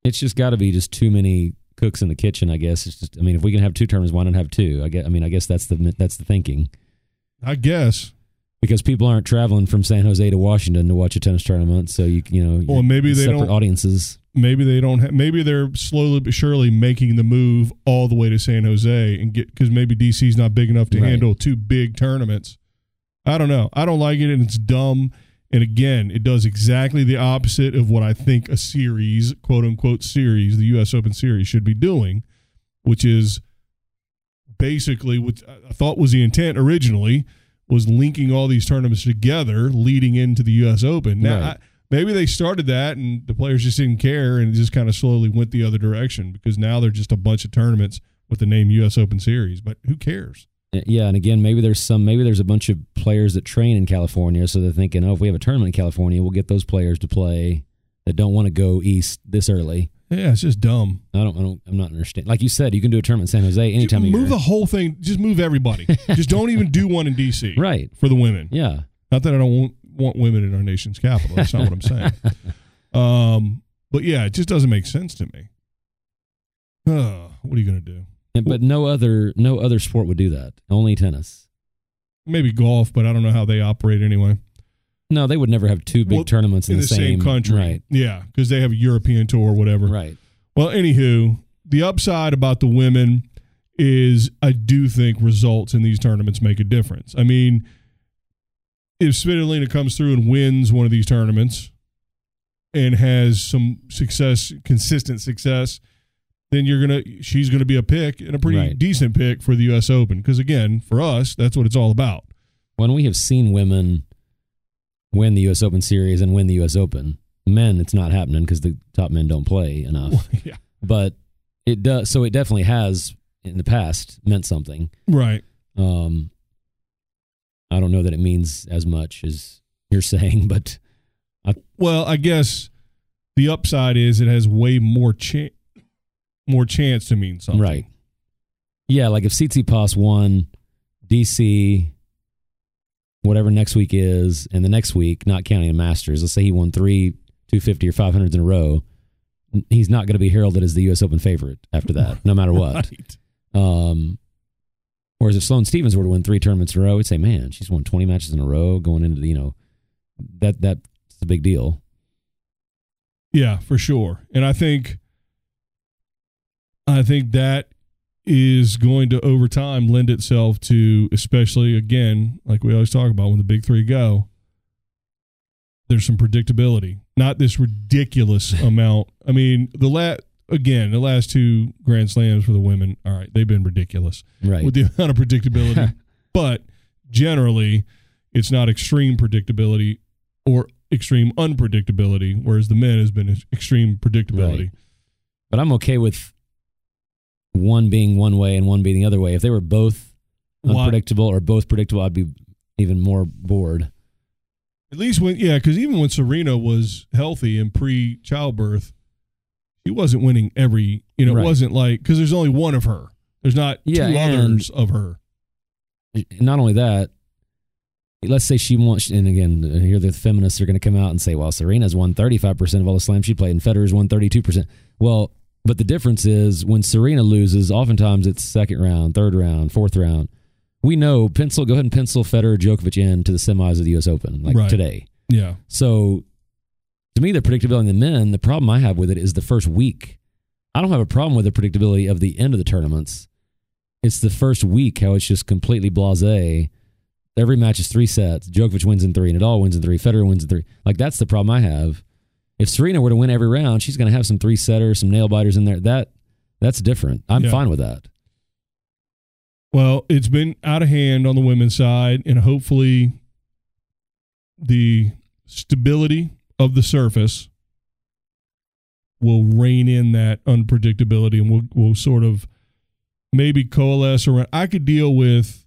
It's just got to be just too many cooks in the kitchen. I guess it's just. I mean, if we can have two terms, why not have two? I guess. I mean, I guess that's the that's the thinking I guess. because people aren't traveling from San Jose to Washington to watch a tennis tournament. So you you know, Well, maybe they separate don't. audiences. Maybe they don't. Ha- maybe they're slowly but surely making the move all the way to San Jose and get because maybe DC's not big enough to Right. handle two big tournaments. I don't know. I don't like it, and it's dumb. And again, it does exactly the opposite of what I think a series, quote unquote, series, the U.S. Open Series, should be doing, which is basically what I thought was the intent originally was linking all these tournaments together leading into the U.S. Open. Now, Right. I, maybe they started that and the players just didn't care and it just kind of slowly went the other direction because now they're just a bunch of tournaments with the name U.S. Open Series. But who cares? Uh, Yeah, and again, maybe there's some, maybe there's a bunch of players that train in California, so they're thinking, oh, if we have a tournament in California, we'll get those players to play that don't want to go east this early. Yeah, it's just dumb. I don't, I don't, I'm not understanding. Like you said, you can do a tournament in San Jose anytime. Just of move the year. whole thing. Just move everybody. just don't even do one in D.C. right. for the women. Yeah, Not that I don't want, want women in our nation's capital. That's not what I'm saying. Um, but yeah, it just doesn't make sense to me. Uh, what are you going to do? And- but no other, no other sport would do that. Only tennis. Maybe golf, but I don't know how they operate anyway. No, they would never have two big Well, tournaments in, in the same, country. Right. Yeah, because they have a European tour or whatever. Right. Well, anywho, the upside about the women is I do think results in these tournaments make a difference. I mean, if Svitolina comes through and wins one of these tournaments and has some success, consistent success, then you're gonna she's gonna be a pick and a pretty Right. decent pick for the U.S. Open because again, for us, that's what it's all about. When we have seen women win the U.S. Open series and win the U.S. Open, men, it's not happening because the top men don't play enough. yeah, but it does so it definitely has in the past meant something right. um i don't know that it means as much as you're saying but Well, I guess the upside is it has way more chance, more chance to mean something. right yeah like if Tsitsipas won dc whatever next week is and the next week not counting the masters let's say he won three 250 or 500s in a row n- he's not going to be heralded as the us open favorite after that no matter what Right. Um, whereas if Sloane Stevens were to win three tournaments in a row, we'd say, man, she's won 20 matches in a row going into the, you know, that that's a big deal. Yeah, for sure. And I think I think that is going to over time lend itself to especially again, like we always talk about when the big 3 go, there's some predictability. Not this ridiculous amount. I mean, the la again, the last two grand slams for the women, all right, they've been ridiculous Right. with the amount of predictability. but generally, it's not extreme predictability or extreme unpredictability, whereas the men has been ex- extreme predictability. but I'm okay with one being one way and one being the other way. If they were both Why- unpredictable or both predictable, I'd be even more bored. At least when, yeah, because even when Serena was healthy and pre childbirth, she wasn't winning every, you know, Right. it wasn't like, because there's only one of her. There's not Yeah, two and- others of her. not only that, let's say she wants, and again, here the feminists are going to come out and say, well, Serena's won 35% of all the slams she played, and Federer's won 32%. Well, but the difference is when Serena loses, oftentimes it's second round, third round, fourth round. We know pencil, go ahead and pencil Federer, Djokovic in to the semis of the U.S. Open, like Right. today. Yeah. So to me, the predictability in the men, the problem I have with it is the first week. I don't have a problem with the predictability of the end of the tournaments. It's the first week how it's just completely blase. Every match is three sets. Djokovic wins in three, Nadal wins in three, Federer wins in three. Like that's the problem I have. If Serena were to win every round, she's going to have some three setters, some nail biters in there. That that's different. I'm Yeah. fine with that. Well, it's been out of hand on the women's side, and hopefully the stability of the surface will rein in that unpredictability and we'll, we'll sort of maybe coalesce around. I could deal with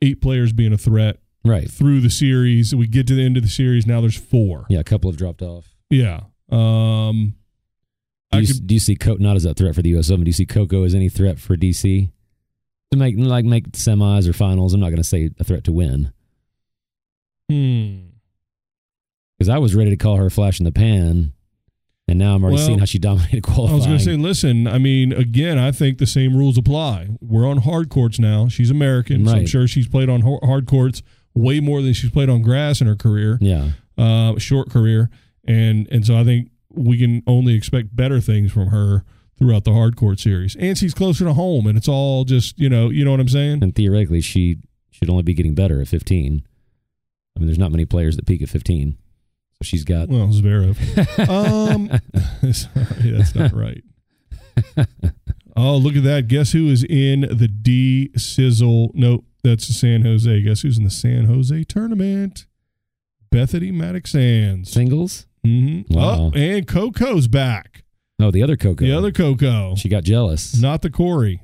eight players being a threat Right. through the series. We get to the end of the series. Now there's four. Yeah. A couple have dropped off. Yeah. Um, Do I you, could- do you see Co- not as a threat for the U.S. Open? Do you see Coco as any threat for DC to make like make semis or finals? I'm not going to say a threat to win hmm. because I was ready to call her a flash in the pan, and now I'm already Well, seeing how she dominated I qualifying. was going to say, listen, I mean, again, I think the same rules apply. We're on hard courts now. She's American, so I'm Right. sure she's played on ho- hard courts way more than she's played on grass in her career, yeah, uh, short career, and and so I think we can only expect better things from her throughout the hard court series. And she's closer to home, and it's all just you know, you know what I'm saying. and theoretically she should only be getting better at 15. I mean, there's not many players that peak at 15, so she's got. Well, Zverev. Um, sorry, that's not right. Oh, look at that! Guess who is in the D Sizzle? Nope, that's San Jose. Guess who's in the San Jose tournament? Bethany Maddox Sands. Singles? Mm-hmm. Oh, Wow. and Coco's back. No, the other Coco. The other Coco, She got jealous. not the Corey,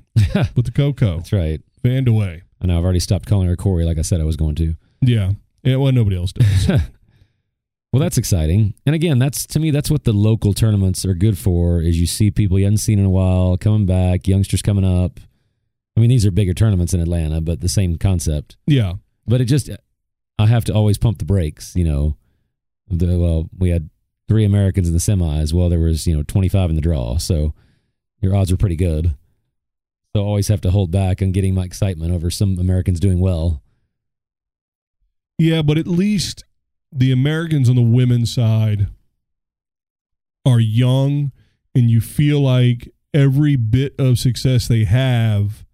but the Coco That's right. Vandaway. I know. I've already stopped calling her Corey, like I said I was going to. Yeah, yeah. Well, nobody else does. Well, that's exciting. And again, that's to me, that's what the local tournaments are good for. Is you see people you hadn't seen in a while coming back, youngsters coming up. I mean, these are bigger tournaments in Atlanta, but the same concept. yeah, But it just, I have to always pump the brakes. You know, the well, we had three Americans in the semis. Well, there was you know twenty five in the draw, so your odds were pretty good. So I always have to hold back on getting my excitement over some Americans doing well. Yeah, but at least the Americans on the women's side are young, and you feel like every bit of success they have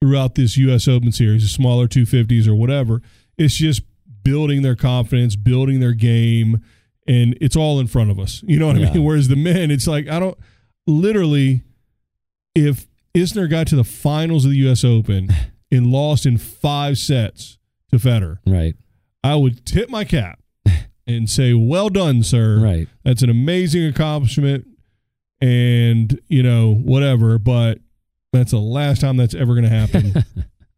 throughout this U.S. Open Series, the smaller 250s or whatever, it's just building their confidence, building their game, and it's all in front of us. You know what I Yeah. mean? Whereas the men, it's like, I don't literally, if Isner got to the finals of the U.S. Open and lost in five sets to Federer, Right. I would tip my cap and say, "Well done, sir. Right. That's an amazing accomplishment." And you know, whatever, but that's the last time that's ever going to happen,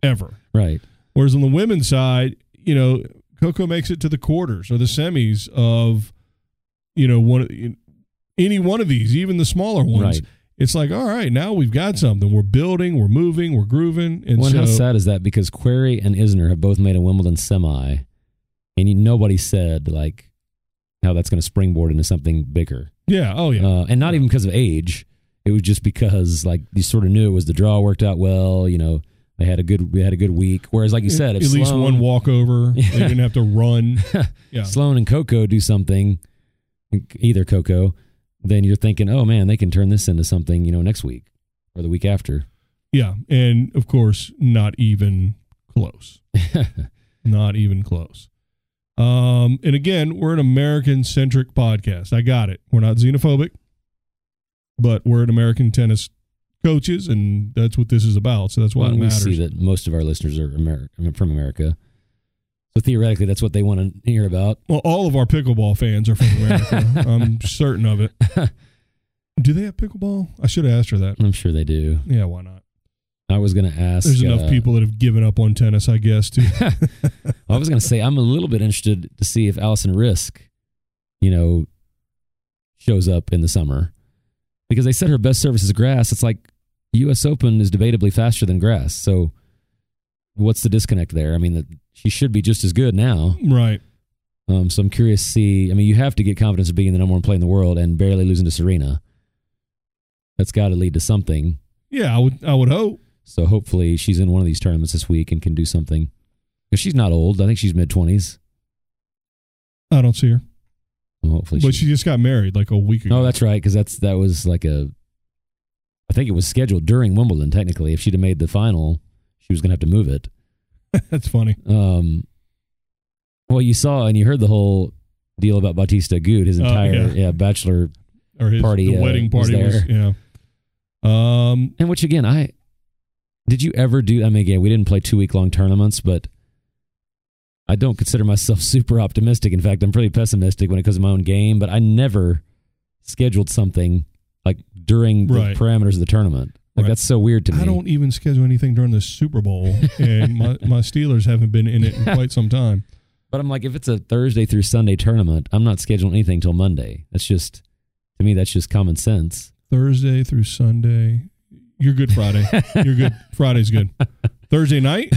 ever. Right. Whereas on the women's side, you know, Coco makes it to the quarters or the semis of, you know, one of- any one of these, even the smaller ones. Right. It's like, all right, now we've got something. We're building, we're moving, we're grooving, and Well, and so how sad is that? Because Query and Isner have both made a Wimbledon semi, and you, nobody said like how that's going to springboard into something bigger. yeah, oh yeah, Uh, and not even because of age; it was just because like you sort of knew it was the draw worked out well. You know, they had a good they had a good week. Whereas, like you said, at if least Sloan- one walkover, Yeah. they didn't have to run. yeah, Sloan and Coco do something, either Coco, then you're thinking, oh man, they can turn this into something. You know, next week or the week after. yeah, and of course, not even close. not even close. Um, and again, we're an American centric podcast. I got it. We're not xenophobic, but we're an American tennis coaches, and that's what this is about. So that's why it Well, we matters. see that most of our listeners are Ameri- I mean, from America. So theoretically, that's what they want to hear about. Well, all of our pickleball fans are from America. I'm certain of it. Do they have pickleball? I should have asked her that. I'm sure they do. Yeah, why not? I was going to ask. There's uh, enough people that have given up on tennis, I guess, to I was going to say, I'm a little bit interested to see if Allison Risk, you know, shows up in the summer because they said her best service is grass. It's like U.S. Open is debatably faster than grass. So what's the disconnect there? I mean, the, she should be just as good now. Right. Um, so I'm curious to see. I mean, you have to get confidence of being the number one player in the world and barely losing to Serena. That's got to lead to something. Yeah, I would I would hope. So hopefully she's in one of these tournaments this week and can do something. 'Cause she's not old. I think she's mid 20s. I don't see her. Hopefully, But she, she just got married like a week ago. Oh, that's right. Because that's that was like a. I think it was scheduled during Wimbledon. Technically, if she'd have made the final, she was gonna have to move it. Oh. that's funny. Um, well, you saw and you heard the whole deal about Batista Good, his Oh, entire yeah. yeah bachelor Or his Party, the uh, wedding was party was, yeah. Um And which again, I did you ever do? I mean, again, we didn't play two week long tournaments, but I don't consider myself super optimistic. In fact, I'm pretty pessimistic when it comes to my own game. But I never scheduled something like during the Right. parameters of the tournament. Like Right. that's so weird to me. I don't even schedule anything during the Super Bowl and my, my Steelers haven't been in it in quite some time. but I'm like, if it's a Thursday through Sunday tournament, I'm not scheduling anything till Monday. That's just to me, that's just common sense. Thursday through Sunday. You're good Friday. You're good. Friday's good. Thursday night?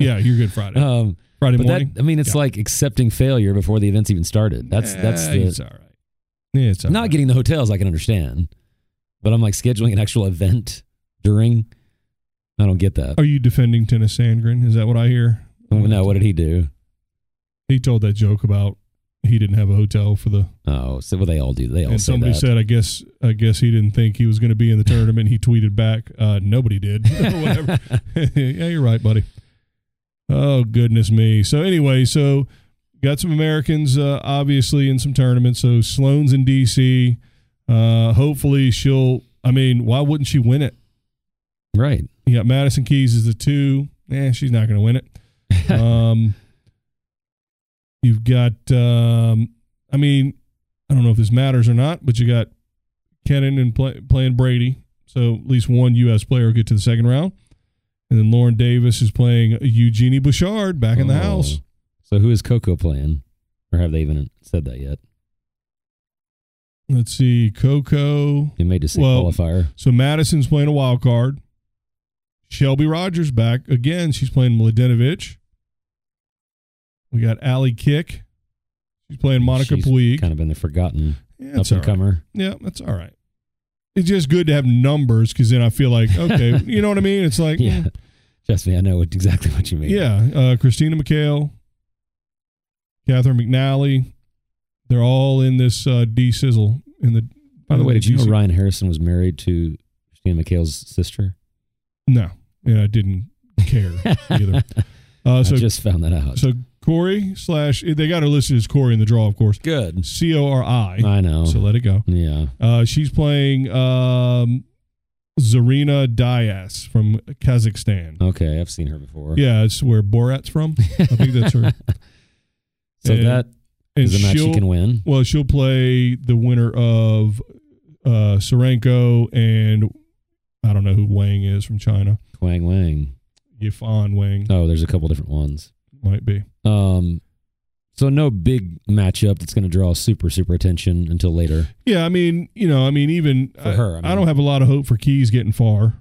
yeah, you're good Friday. Um, Friday but that morning? I mean, it's Yeah. like accepting failure before the event's even started. That's that's Eh, the it's all right. Yeah, it's all not right. getting the hotels. I can understand, but I'm like scheduling an actual event during. I don't get that. Are you defending Dennis Sandgren? Is that what I hear? Oh, no, what did he do? He told that joke about he didn't have a hotel for the Oh, so well, they all do. They all and say somebody that. said I guess I guess he didn't think he was going to be in the tournament. he tweeted back, uh, nobody did. Whatever. yeah, you're right, buddy. Oh goodness me. So anyway, so got some Americans uh, obviously in some tournaments. So Sloan's in DC. Uh, hopefully she'll. I mean, why wouldn't she win it? right. Yeah, Madison Keys is the two. Eh, she's not going to win it. Um, you've got, um, I mean, I don't know if this matters or not, but you got Kennan and play, playing Brady. So at least one U.S. player will get to the second round. And then Lauren Davis is playing Eugenie Bouchard back in the Oh. house. So who is Coco playing? Or have they even said that yet? Let's see, Coco. They may just say Well- qualifier. So Madison's playing a wild card. Shelby Rogers back again. She's playing Mladenovic. We got Allie Kick. She's playing Monica She's Puig. Kind of been the forgotten yeah, up that's all and right. comer. Yeah, that's all right. It's just good to have numbers because then I feel like okay, you know what I mean. It's like Yeah. Trust me, I know what, exactly what you mean. yeah, uh, Christina McHale, Catherine McNally, they're all in this uh, D sizzle in the. By the way, did you know DC Ryan Harrison was married to Christina McHale's sister? No, and I didn't care either. Uh, so I just found that out. So Corey slash they got her listed as Corey in the draw, of course. Good. C O R I. I know. So let it go. yeah. Uh, she's playing um, Zarina Dias from Kazakhstan. Okay. I've seen her before. Yeah, it's where Borat's from. I think that's her. So And- that And is a match she she'll- can win. Well, she'll play the winner of uh, Serenko and I don't know who Wang is from China. Quang Wang. Yifan Wang Oh, there's a couple different ones. might be. Um, so no big matchup that's going to draw super super attention until later. Yeah, I mean, you know, I mean, even For her, I I, mean. don't have a lot of hope for Keys getting far.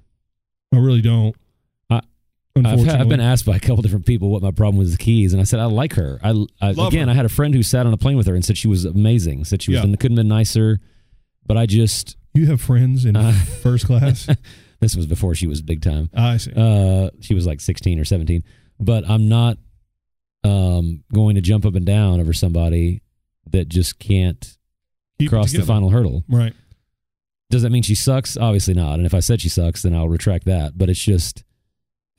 I really don't. I- I've, Unfortunately, had, I've been asked by a couple different people what my problem with the keys, and I said I like her. I, I Love again, her. I had a friend who sat on a plane with her and said she was amazing. Said she was Yeah. couldn't have been nicer, but I just you have friends in Uh, first class. this was before she was big time. I see. Uh, she was like sixteen or seventeen, but I'm not um going to jump up and down over somebody that just can't Keep it cross the together. final hurdle. Right. Does that mean she sucks? Obviously not. And if I said she sucks, then I'll retract that. But it's just,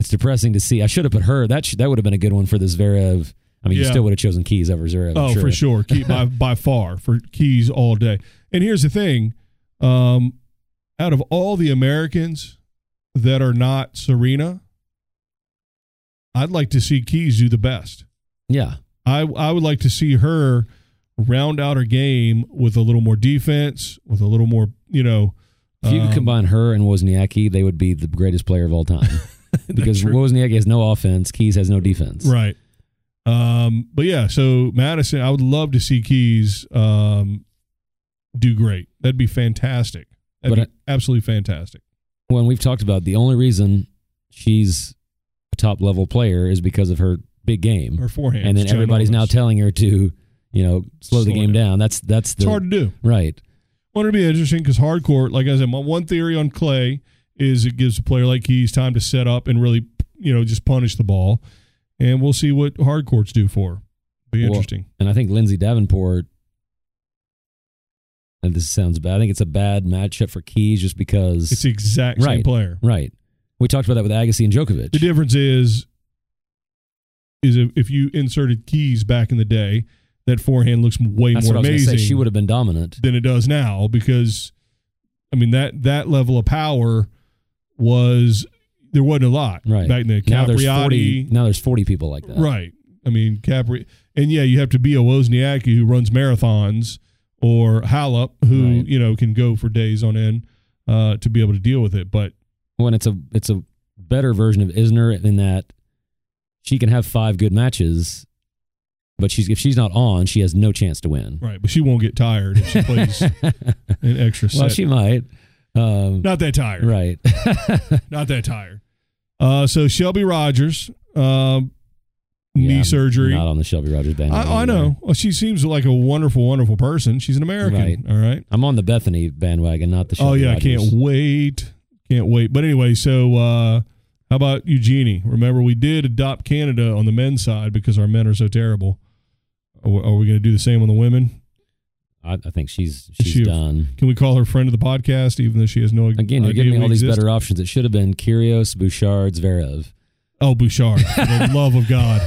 it's depressing to see. I should have put her. That sh- that would have been a good one for this Zverev. I mean, you Yeah. still would have chosen Keys over Zverev. I'm oh, for sure. Keep by by far for Keys all day. And here's the thing: um, out of all the Americans that are not Serena, I'd like to see Keys do the best. Yeah, I I would like to see her round out her game with a little more defense, with a little more, you know. if you um, could combine her and Wozniacki, they would be the greatest player of all time. because true. Wozniacki has no offense, Keys has no defense. right? Um, but yeah, so Madison, I would love to see Keys um, do great. That'd be fantastic. That'd But be absolutely fantastic. When we've talked about the only reason she's a top level player is because of her big game, Her forehand, Mm-hmm. and then it's everybody's now ginormous. telling her to, you know, slow, the Slow it game down. down. That's that's the it's hard to do. right. Well, it'd be interesting because hardcore, like I said, my one theory on clay is it gives a player like Keys time to set up and really, you know, just punish the ball, and we'll see what hard courts do for. Her. Be Well, interesting. And I think Lindsay Davenport, and this sounds bad, I think it's a bad matchup for Keys just because. It's the exact same Right. player. right. We talked about that with Agassi and Djokovic. The difference is, is if, if you inserted keys back in the day, that forehand looks way That's more what I was going to amazing say. She would have been dominant. than it does now because, I mean that that level of power was there wasn't a lot Right. back then. Now there's, uh, 40, Capriati, now there's 40 people like that. right? I mean Capri, and yeah, you have to be a Wozniacki who runs marathons or Halep who Right. you know can go for days on end uh, to be able to deal with it. But When it's a, it's a better version of Isner in that she can have five good matches, but she's, if she's not on, she has no chance to win. right, but she won't get tired if she plays an extra set. well, she might. Um, Not that tired. right. Not that tired. Uh, so Shelby Rogers, um, knee Yeah, I'm surgery. Not on the Shelby Rogers band. I, I know. Well, she seems like a wonderful, wonderful person. She's an American. Right. All right. I'm on the Bethany bandwagon, not the Shelby oh yeah, I Rogers. can't wait. Can't wait. But anyway, so uh, how about Eugenie? Remember, we did adopt Canada on the men's side because our men are so terrible. Are we, are we going to do the same on the women? I, I think she's she's She- done. Can we call her friend of the podcast, even though she has no Again, you're idea giving me we all these exist? better options. It should have been Kyrgios, Bouchard, Zverev. Oh, Bouchard! for the love of God,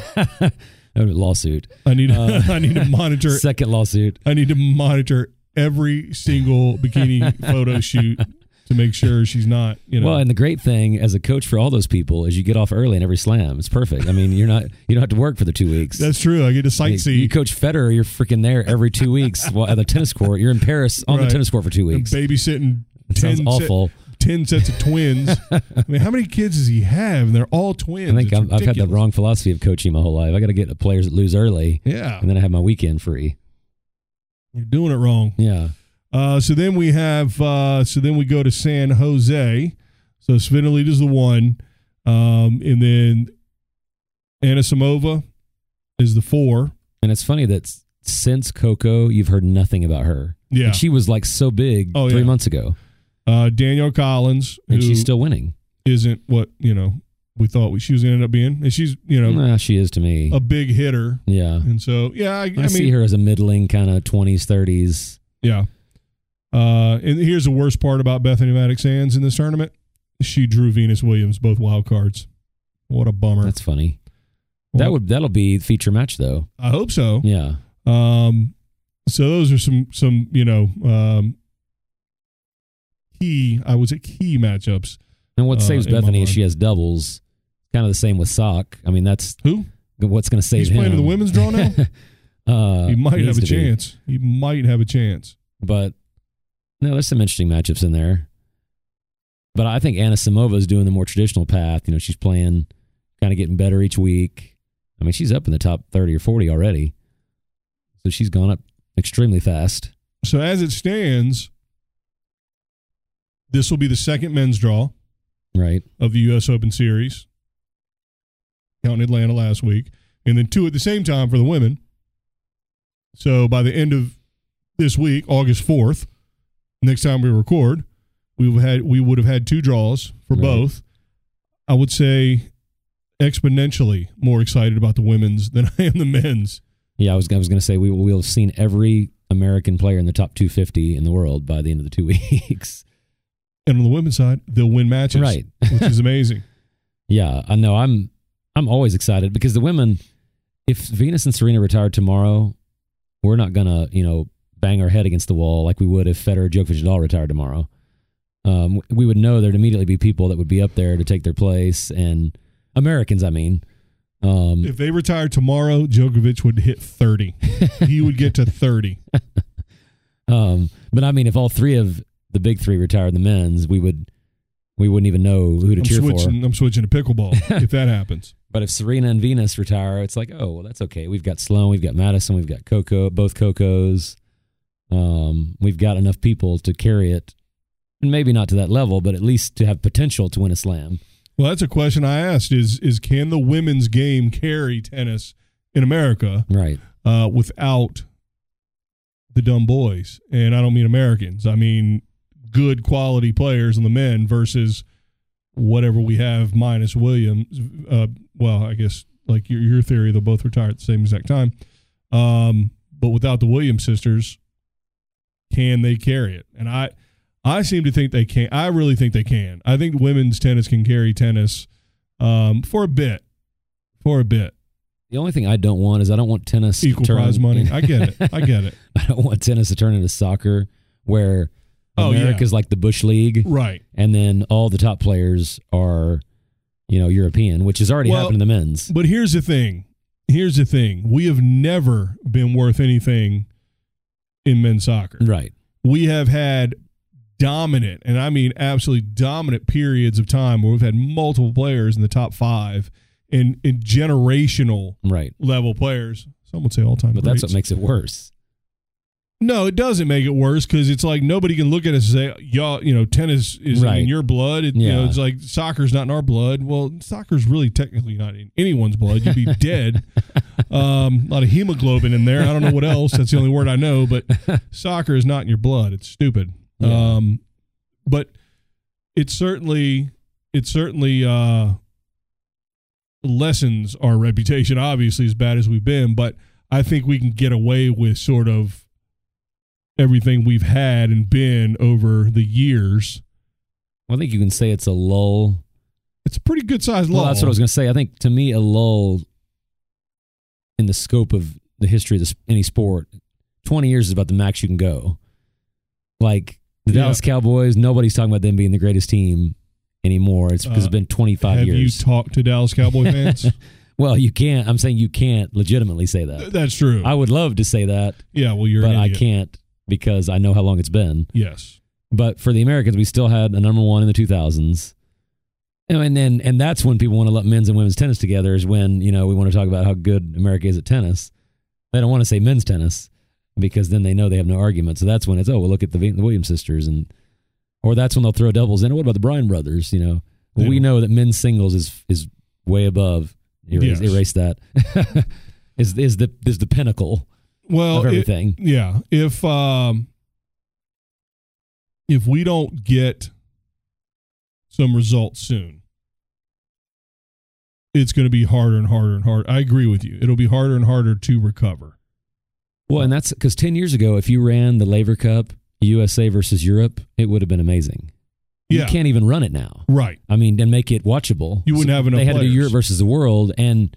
Oh, lawsuit. I need Uh, I need to monitor Second lawsuit. I need to monitor every single bikini photo shoot to make sure she's not, you know. Well, and the great thing as a coach for all those people is you get off early in every slam. It's perfect. I mean, you're not you don't have to work for the two weeks. that's true. I get to I mean, you sightsee coach Federer, you're freaking there every two weeks while at the tennis court. You're in Paris on Right. the tennis court for two and weeks. babysitting That ten, sounds se- awful. 10 sets of twins. I mean, how many kids does he have? And they're all twins. I think It's I'm, I've had the ridiculous. wrong philosophy of coaching my whole life. I got to get the players that lose early, Yeah, and then I have my weekend free. you're doing it wrong. Yeah, Uh, so then we have. Uh, so then we go to San Jose. So Svinalita's the one, um, and then Anna Samova is the four. and it's funny that s- since Coco, you've heard nothing about her. Yeah, And she was like so big Oh, three yeah. months ago, uh, Danielle Collins, and who she's still winning. isn't what you know we thought we, she was going to end up being, and she's you know Nah, she is to me. a big hitter, yeah, and so yeah, I, I, I, mean see her as a middling kind of twenties, thirties. yeah. Uh, and here's the worst part about Bethany Maddox Sands in this tournament: she drew Venus Williams both wild cards. What a bummer! That's funny. That Well, would that'll be feature match though. I hope so. Yeah, Um, so those are some some you know um, key I was at key matchups. and what Uh, saves in my Bethany is mind. she has doubles. Kind of the same with Sock. I mean, that's Who what's going to save he's him. playing in the women's draw now? uh, he might needs have a to be. chance. He might have a chance. but no, there's some interesting matchups in there. But I think Anna Samova is doing the more traditional path. You know, she's playing, kind of getting better each week. I mean, she's up in the top 30 or 40 already. So she's gone up extremely fast. So as it stands, this will be the second men's draw Right. of the U.S. Open Series, counting Atlanta last week, and then two at the same time for the women. So by the end of this week, August fourth, next time we record, we would had we would have had two draws for Right. both. I would say exponentially more excited about the women's than I am the men's. Yeah, I was, I was going to say we will we'll have seen every American player in the top 250 in the world by the end of the two weeks. And on the women's side, they'll win matches, right. which is amazing. Yeah, I know. I'm I'm always excited because the women. If Venus and Serena retired tomorrow, we're not gonna you know bang our head against the wall like we would if Federer, Djokovic, and all retired tomorrow. Um, we would know there'd immediately be people that would be up there to take their place, and Americans, I mean. Um, If they retire tomorrow, Djokovic would hit 30. he would get to 30. um, but I mean, if all three of the big three retired, the men's, we would we wouldn't even know who to I'm cheer for. switching, I'm switching to pickleball if that happens. But if Serena and Venus retire, it's like, oh, well, that's okay. We've got Sloan, we've got Madison, we've got Coco, both Cocos. Um, we've got enough people to carry it, and maybe not to that level, but at least to have potential to win a slam. Well, that's a question I asked is is can the women's game carry tennis in America Right. uh, without the dumb boys? And I don't mean Americans. I mean good quality players in the men versus whatever we have minus Williams. Uh, well, I guess like your your theory, they'll both retire at the same exact time. Um, but without the Williams sisters, can they carry it? And I, I seem to think they can. I really think they can. I think women's tennis can carry tennis um, for a bit, for a bit. The only thing I don't want is I don't want tennis Equal to turn, prize money. I get it. I get it. I don't want tennis to turn into soccer where Oh, yeah. America's like the Bush League, Right. and then all the top players are, you know, European, which has already Well, happened in the men's. But here's the thing. Here's the thing. We have never been worth anything in men's soccer. Right. we have had dominant, and I mean absolutely dominant periods of time where we've had multiple players in the top five and, and generational Right. level players. Some would say all time. But that's what makes it worse. No, it doesn't make it worse because it's like nobody can look at us and say, "Y'all, you know, tennis is Right. in your blood." It, You know, Yeah. it's like soccer's not in our blood. Well, soccer's really technically not in anyone's blood. You'd be dead. Um, a lot of hemoglobin in there. I don't know what else. That's the only word I know. But soccer is not in your blood. It's stupid. Yeah. Um, but it certainly, it certainly uh, lessens our reputation. Obviously, as bad as we've been, but I think we can get away with sort of everything we've had and been over the years. I think you can say it's a lull. It's a pretty good sized Well, law. that's what I was going to say. I think to me, a lull in the scope of the history of this, any sport, 20 years is about the max you can go. Like the Yeah. Dallas Cowboys, nobody's talking about them being the greatest team anymore. It's because Uh, it's been 25 Have years. you talked to Dallas Cowboy fans? well, you can't. I'm saying you can't legitimately say that. Th- that's true. I would love to say that, yeah, well, you're but an I idiot. can't because I know how long it's been. Yes. But for the Americans, we still had a number one in the 2000s. You know, And then, and that's when people want to let men's and women's tennis together is when, you know, we want to talk about how good America is at tennis. They don't want to say men's tennis because then they know they have no argument. So that's when it's, oh, well, look at the, V- the Williams sisters. And, or that's when they'll throw doubles in. What about the Bryan brothers? You know, They we don't- know that men's singles is, is way above. Erase, Yes. erase that. is, is the, is the pinnacle Well, of it- everything. yeah. If um, if we don't get some results soon, it's going to be harder and harder and harder. I agree with you. It'll be harder and harder to recover. Well, and that's because 10 years ago, if you ran the Laver Cup USA versus Europe, it would have been amazing. Yeah. You can't even run it now. Right. I mean, and make it watchable. You wouldn't have enough They had to do players. Europe versus the world. And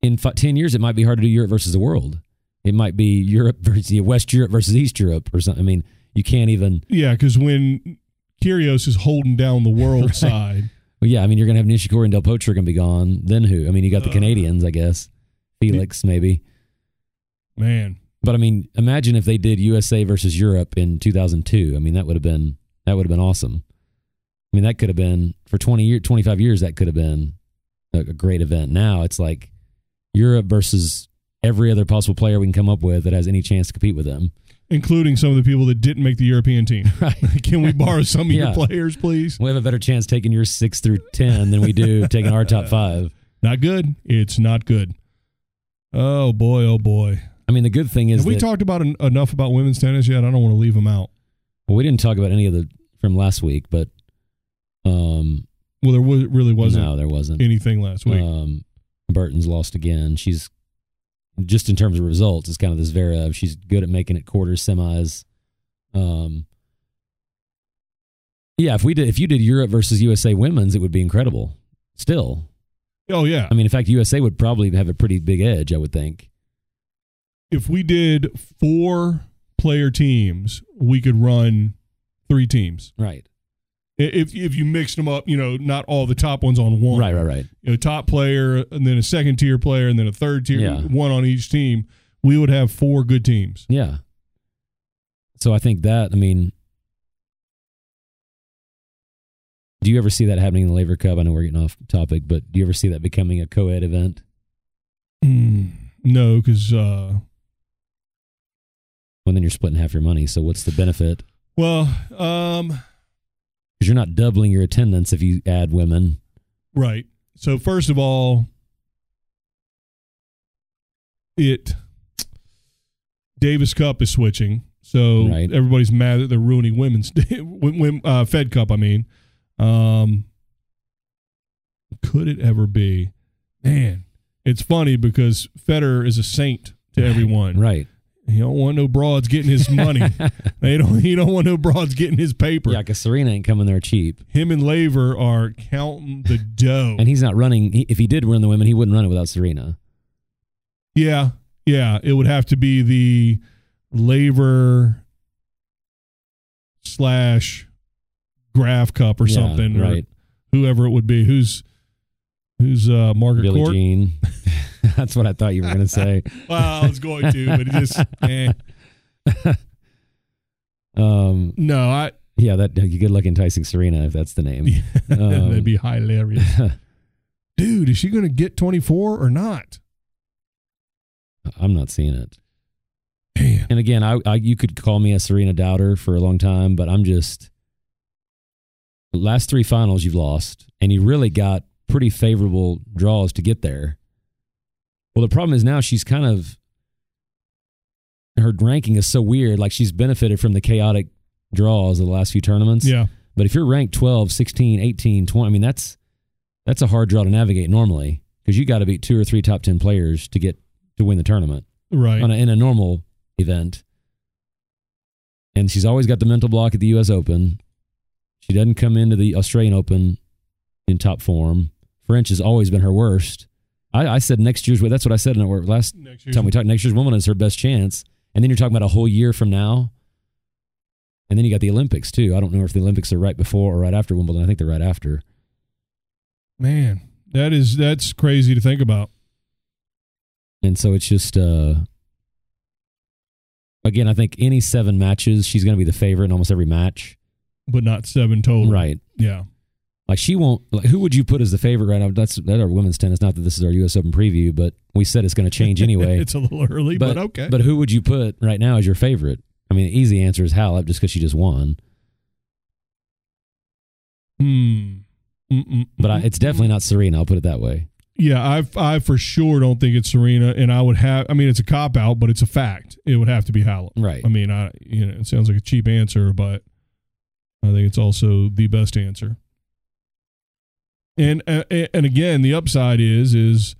in fi- 10 years, it might be hard to do Europe versus the world. It might be Europe versus West Europe versus East Europe or something. I mean, you can't even. Yeah, because when Kyrgios is holding down the world Right. side, Well, yeah, I mean, you're going to have Nishikori and Del Potro going to be gone. Then who? I mean, you got the Uh, Canadians, I guess. Felix, maybe. man, But I mean, imagine if they did USA versus Europe in 2002. I mean, that would have been that would have been awesome. I mean, that could have been for 20 year 25 years that could have been a, a great event. Now it's like Europe versus every other possible player we can come up with that has any chance to compete with them. including some of the people that didn't make the European team. Right. Can we borrow some of Yeah. your players, please? We have a better chance taking your 6 through 10 than we do taking our top 5. Not good. It's not good. Oh boy, oh boy. I mean, the good thing is Have we that- talked about en- enough about women's tennis yet? I don't want to leave them out. well, we didn't talk about any of the from last week, but um Well, there was, really wasn't no, there wasn't. anything last week. Um, Burton's lost again. She's just in terms of results, it's kind of this Vera. She's good at making it quarters, semis. Um, yeah, if we did, if you did Europe versus USA women's, it would be incredible. Still, oh yeah. I mean, in fact, USA would probably have a pretty big edge, I would think. if we did four player teams, we could run three teams. Right, I- If if you mixed them up, you know, not all the top ones on one. right, right, right. you know, top player and then a second tier player and then a third tier Yeah. one on each team, we would have four good teams. Yeah. So I think that, I mean, do you ever see that happening in the Labor Cup? I know we're getting off topic, but do you ever see that becoming a co ed event? Hmm. No, because uh, Well, then you're splitting half your money. So what's the benefit? well, um, Because you're not doubling your attendance if you add women. right. So first of all, it Davis Cup is switching, so Right. everybody's mad that they're ruining women's wom- wom- uh, Fed Cup. I mean, um, could it ever be? Man, it's funny because Federer is a saint to everyone. Right. He don't want no broads getting his money. they don't. He don't want no broads getting his paper. Yeah, because Serena ain't coming there cheap. Him and Laver are counting the dough. And he's not running. He, if he did run the women, he wouldn't run it without Serena. yeah, yeah. It would have to be the Laver slash Graph Cup or Yeah, something, or right. whoever it would be. Who's who's uh, Margaret Billie Court? Jean. That's what I thought you were going to say. Well, I was going to, but it just eh. Um, no. I yeah, that good luck enticing Serena if that's the name. Yeah, Um, that'd be hilarious, dude. Is she going to get twenty four or not? I'm not seeing it. Man. And again, I, I you could call me a Serena doubter for a long time, but I'm just the last three finals you've lost, and you really got pretty favorable draws to get there. Well, the problem is now she's kind of her ranking is so weird. Like she's benefited from the chaotic draws of the last few tournaments. Yeah. But if you're ranked 12, 16, 18, 20, I mean, that's that's a hard draw to navigate normally because you got to beat two or three top 10 players to get to win the tournament Right. on a, in a normal event. And she's always got the mental block at the U.S. Open. She doesn't come into the Australian Open in top form. French has always been her worst. I, I said next year's. That's what I said in our last Next time we talked. Next year's woman is her best chance, and then you're talking about a whole year from now. And then you got the Olympics too. I don't know if the Olympics are right before or right after Wimbledon. I think they're right after. Man, that is that's crazy to think about. And so it's just uh again, I think any seven matches, she's gonna be the favorite in almost every match. But not seven total. Right. Yeah. Like she won't like who would you put as the favorite right now? That's that our women's tennis, not that this is our US Open preview, but we said it's gonna change anyway. it's a little early, but, okay. But who would you put right now as your favorite? I mean, the easy answer is Halep just because she just won. hmm. Mm-mm. But I, it's definitely not Serena. I'll put it that way. Yeah, I I for sure don't think it's Serena, and I would have. I mean, it's a cop out, but it's a fact. It would have to be Halep. Right. I mean, I you know, it sounds like a cheap answer, but I think it's also the best answer. And uh, and again, the upside is is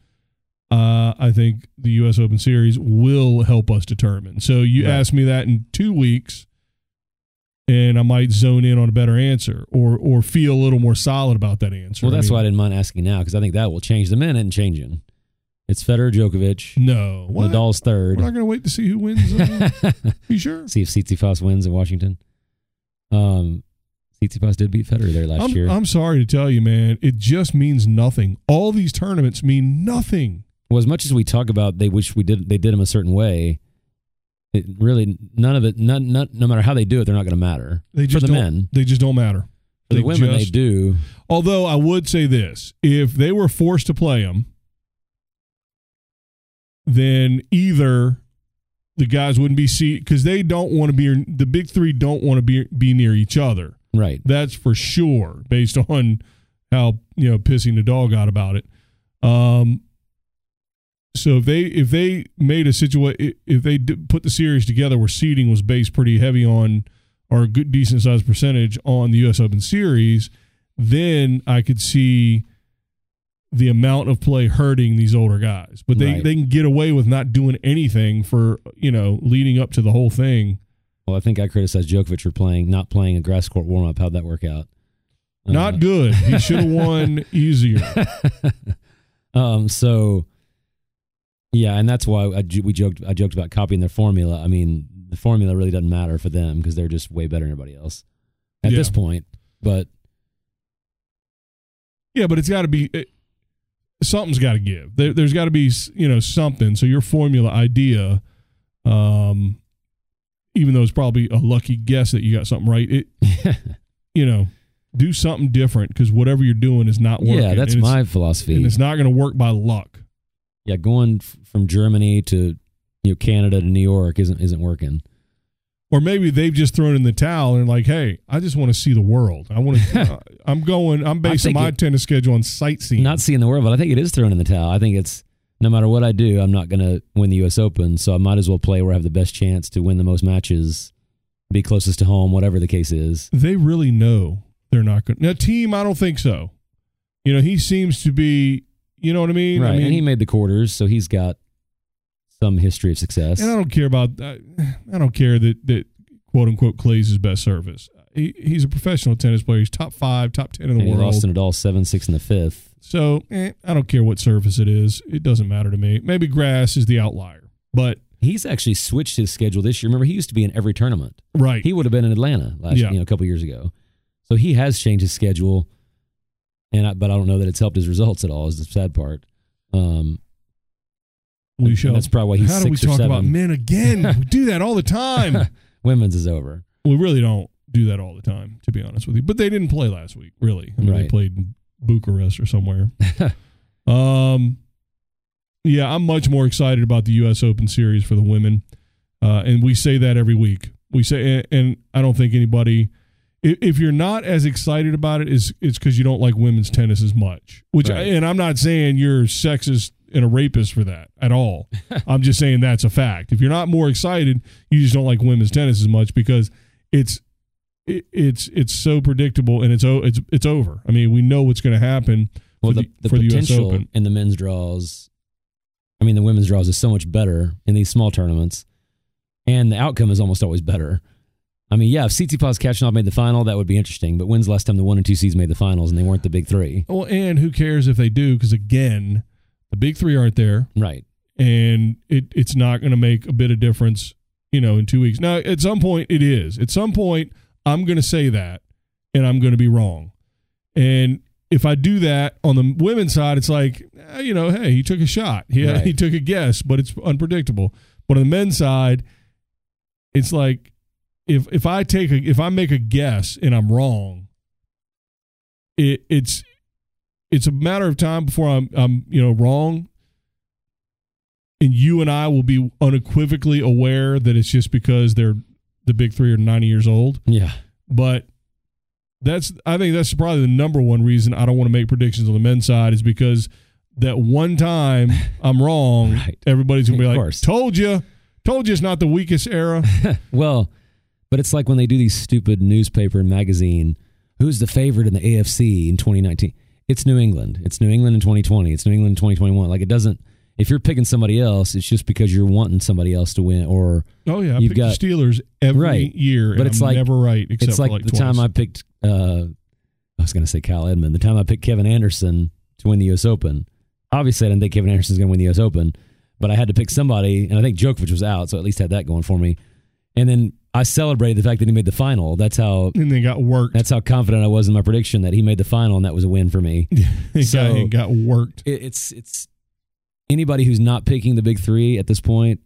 uh, I think the U.S. Open Series will help us determine. So you Right. ask me that in two weeks, and I might zone in on a better answer or or feel a little more solid about that answer. Well, that's I why I mean, didn't mind asking now because I think that will change. The men isn't changing. It's Federer, Djokovic, No, what? Nadal's third. We're not going to wait to see who wins. uh, you sure? See if Tsitsipas wins in Washington. Um, Tsitsipas did beat Federer there last I'm, year. I'm sorry to tell you, man. It just means nothing. All these tournaments mean nothing. well, as much as we talk about they wish we did they did them a certain way, it really none of it. None, none, no matter how they do it, they're not going to matter They just for the don't, men. They just don't matter. For the they women, they just- do. Although I would say this: if they were forced to play them, then either the guys wouldn't be see because they don't want to be the big three don't want to be be near each other. Right. That's for sure, based on how you know pissing the dog out about it. Um, so if they if they made a situation if they d- put the series together where seeding was based pretty heavy on or a good decent sized percentage on the U.S. Open Series, then I could see the amount of play hurting these older guys. But they Right. they can get away with not doing anything for you know leading up to the whole thing. Well, I think I criticized Djokovic for playing not playing a grass court warm up. How'd that work out? Uh, Uh-huh. Not good. He should have won easier. Um, so yeah, and that's why I, ju- we joked. I joked about copying their formula. I mean, the formula really doesn't matter for them because they're just way better than everybody else at Yeah. this point. But Yeah, but it's got to be it, something's got to give. There, there's got to be you know something. So your formula idea, um, even though it's probably a lucky guess that you got something right, it you know do something different because whatever you're doing is not working. yeah, that's and it's- my philosophy. and it's not going to work by luck. yeah, going f- from Germany to you know Canada to New York isn't isn't working. Or maybe they've just thrown in the towel and like, hey, I just want to see the world. I want to. I'm going. I'm basing think my it- tennis schedule on sightseeing. Not seeing the world, but I think it is thrown in the towel. I think it's no matter what I do, I'm not going to win the U.S. Open, so I might as well play where I have the best chance to win the most matches, be closest to home, whatever the case is. they really know they're not going. Now, team, I don't think so. You know, he seems to be. You know what I mean? Right. I mean, and he made the quarters, so he's got some history of success. and I don't care about. I, I don't care that that quote unquote Clay's his best service. He, he's a professional tennis player. He's top five, top ten in the And he world. lost in it all seven six in the fifth. so eh, I don't care what surface it is. It doesn't matter to me. Maybe grass is the outlier, but He's actually switched his schedule this year. Remember, he used to be in every tournament. right. He would have been in Atlanta last Yeah. you know a couple years ago. So he has changed his schedule, and I, but I don't know that it's helped his results at all. Is the sad part. Um, we and shall. that's probably why he's How do we six or talk about seven. men again? we do that all the time. women's is over. we really don't do that all the time, to be honest with you. But they didn't play last week, really. I mean, They Right. played in Bucharest or somewhere. um, yeah, I'm much more excited about the U.S. Open Series for the women. Uh, and we say that every week. We say, and, and I don't think anybody, if, if you're not as excited about it, is it's because you don't like women's tennis as much. Which, Right. and I'm not saying you're sexist and a rapist for that at all. I'm just saying that's a fact. If you're not more excited, you just don't like women's tennis as much because it's it, it's it's so predictable and it's o- it's it's over. I mean, we know what's going to happen. Well, for the, the- the for the US potential Open. in the men's draws, I mean, the women's draws is so much better in these small tournaments, and the outcome is almost always better. I mean, yeah, if Tsitsipas Kachanov made the final, that would be interesting. But when's the last time the one and two seeds made the finals and they weren't the big three? Well, and who cares if they do? Because again, the big three aren't there. Right. and it it's not going to make a bit of difference, you know, in two weeks. Now, at some point, it is. At some point, I'm going to say that, and I'm going to be wrong. And if I do that on the women's side, it's like, eh, you know, hey, he took a shot, he Right. he took a guess, but it's unpredictable. But on the men's side, it's like if if I take a, if I make a guess and I'm wrong, it it's it's a matter of time before I'm I'm you know wrong, and you and I will be unequivocally aware that it's just because they're the big three are 90 years old. Yeah. But that's I think that's probably the number one reason I don't want to make predictions on the men's side is because that one time I'm wrong, Right. everybody's gonna be Of like, course. "Told you, told you, it's not the weakest era." Well, but it's like when they do these stupid newspaper and magazine. Who's the favorite in the AFC in 2019? It's New England. It's New England in 2020. It's New England in 2021. Like it doesn't. If you're picking somebody else, it's just because you're wanting somebody else to win, or oh yeah, I You've picked got- the Steelers every Right. year, But and it's I'm like- never right except it's like, for like the twice. time I picked. Uh, I was going to say Kyle Edmond. The time I picked Kevin Anderson to win the U.S. Open. Obviously, I didn't think Kevin Anderson's going to win the U.S. Open, but I had to pick somebody, and I think Djokovic was out, so at least had that going for me. And then I celebrated the fact that he made the final. That's how and they got worked. That's how confident I was in my prediction that he made the final and that was a win for me. They so- got, it got worked. It, it's it's anybody who's not picking the big three at this point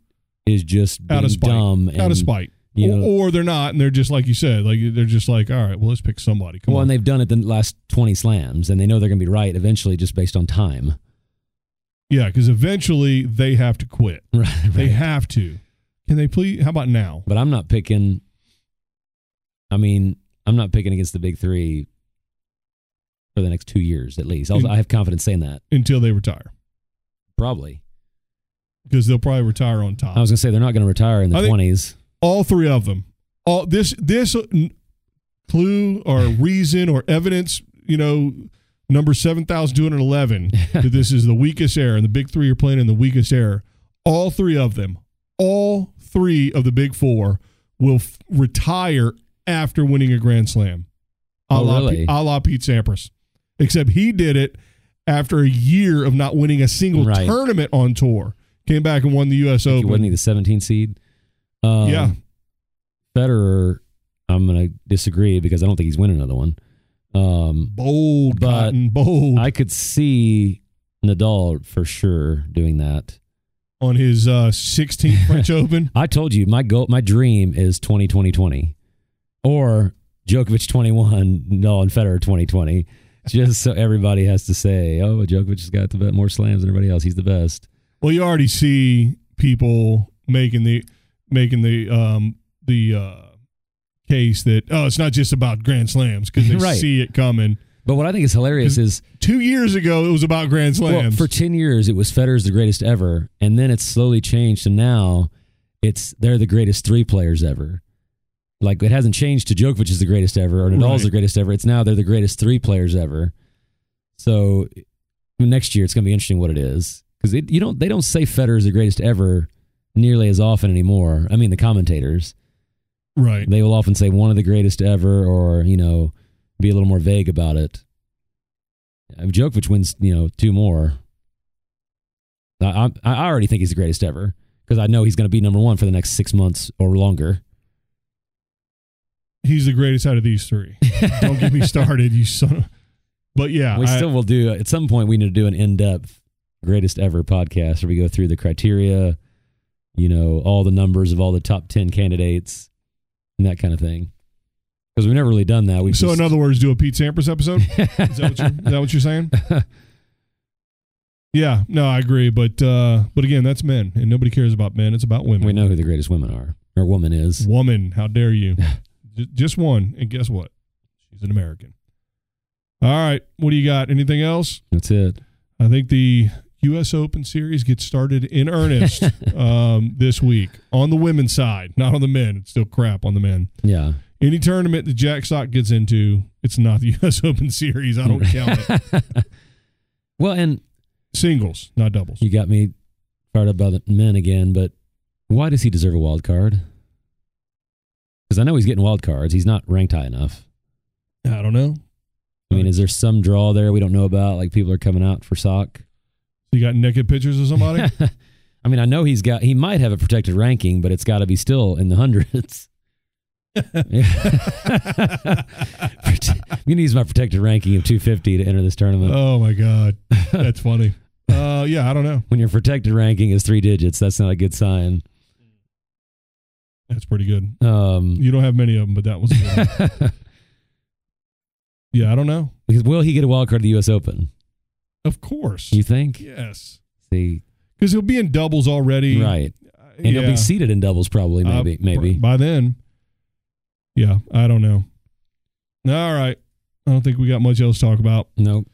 is just being Out of spite. dumb and out of spite. You know, or, or they're not, and they're just like you said, like they're just like, all right, well, let's pick somebody. Come well, on, and they've done it the last twenty slams, and they know they're going to be right eventually, just based on time. yeah, because eventually they have to quit. Right. They have to. Can they please? How about now? But I'm not picking. I mean, I'm not picking against the big three for the next two years at least. I'll, And- I have confidence saying that Until they retire, probably. because they'll probably retire on top. I was going to say they're not going to retire in Uh, I the think- twenties. All three of them. All this this uh, n- clue or reason or evidence, you know, number seven thousand two hundred eleven. that this is the weakest air, and the big three are playing in the weakest air. All three of them, all three of the big four, will f- retire after winning a Grand Slam. A Oh, la, really? a la Pete Sampras. Except he did it after a year of not winning a single Right. tournament on tour. Came back and won the U.S. He wasn't Open. he the 17 seed? Um, Yeah. Federer, I'm going to disagree because I don't think he's winning another one. Um, Bold, But cotton, bold I could see Nadal for sure doing that. on his uh, 16th French Open. I told you my goal, my dream is 20 20 20 or Djokovic 21, Nadal and Federer 2020. Just so everybody has to say, oh, Djokovic has got the bet more slams than everybody else. He's the best. Well, you already see people making the making the um the uh case that oh, it's not just about Grand Slams because they Right. see it coming. But what I think is hilarious is Two years ago, it was about Grand Well, Slams. for 10 years, it was Federer's the greatest ever. And then it's slowly changed to now it's they're the greatest three players ever. Like it hasn't changed to Djokovic is the greatest ever or Nadal's Right. the greatest ever. It's now they're the greatest three players ever. So I mean, next year, it's going to be interesting what it is because you don't they don't say Federer's the greatest ever nearly as often anymore. I mean, the commentators right? they will often say one of the greatest ever, or you know, be a little more vague about it. If Djokovic wins, you know, two more. I I'm- I already think he's the greatest ever because I know he's going to be number one for the next six months or longer. He's the greatest out of these three. Don't get me started, you son. Of, but yeah, we I- still will do at some point. We need to do an in-depth greatest ever podcast where we go through the criteria, you know, all the numbers of all the top ten candidates and that kind of thing. Because we've never really done that. We so just, in other words, do a Pete Sampras episode. Is that what you're, is that what you're saying? Yeah, no, I agree, but uh, but again, that's men, and nobody cares about men. It's about women. We know who the greatest women are, or woman is. Woman, how dare you? J- just one, and guess what? She's an American. All right, what do you got? Anything else? That's it. I think the U.S. Open Series gets started in earnest um, this week on the women's side, not on the men. It's still crap on the men. Yeah. Any tournament that Jack Sock gets into, it's not the U.S. Open Series. I don't count it. well, and Singles, not doubles. you got me fired up about the men again, but why does he deserve a wild card? Because I know he's getting wild cards. He's not ranked high enough. I don't know. I mean, is there some draw there we don't know about? Like people are coming out for sock. You got naked pictures of somebody? I mean, I know he's got he might have a protected ranking, but it's got to be still in the hundreds. I'm gonna use my protected ranking of 250 to enter this tournament. Oh my god, that's funny. Uh, yeah, I don't know. when your protected ranking is three digits, that's not a good sign. That's pretty good. Um, You don't have many of them, but that was. a good one. yeah, I don't know. because will he get a wild card to the U.S. Open? Of course, You think? yes, See, because he'll be in doubles already, right, Uh, and he'll yeah. be seated in doubles probably, Uh, maybe, maybe. by then. Yeah, I don't know. All right, I don't think we got much else to talk about. No,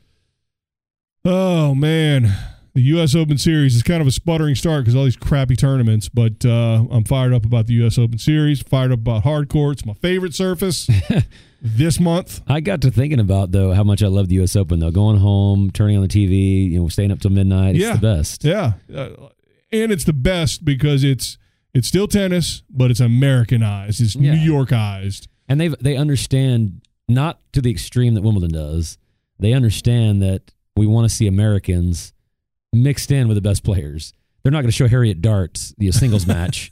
Oh man, the U.S. Open Series is kind of a sputtering start because all these crappy tournaments. But uh, I'm fired up about the U.S. Open Series. Fired up about hard courts. My favorite surface this month. I got to thinking about though how much I love the U.S. Open though. Going home, turning on the TV, you know, staying up till midnight. It's Yeah. the best. Yeah, Uh, and it's the best because it's it's still tennis, but it's Americanized. It's Yeah. New Yorkized. and they they understand not to the extreme that Wimbledon does. They understand that we want to see Americans mixed in with the best players. They're not going to show Harriet Dart's the singles match.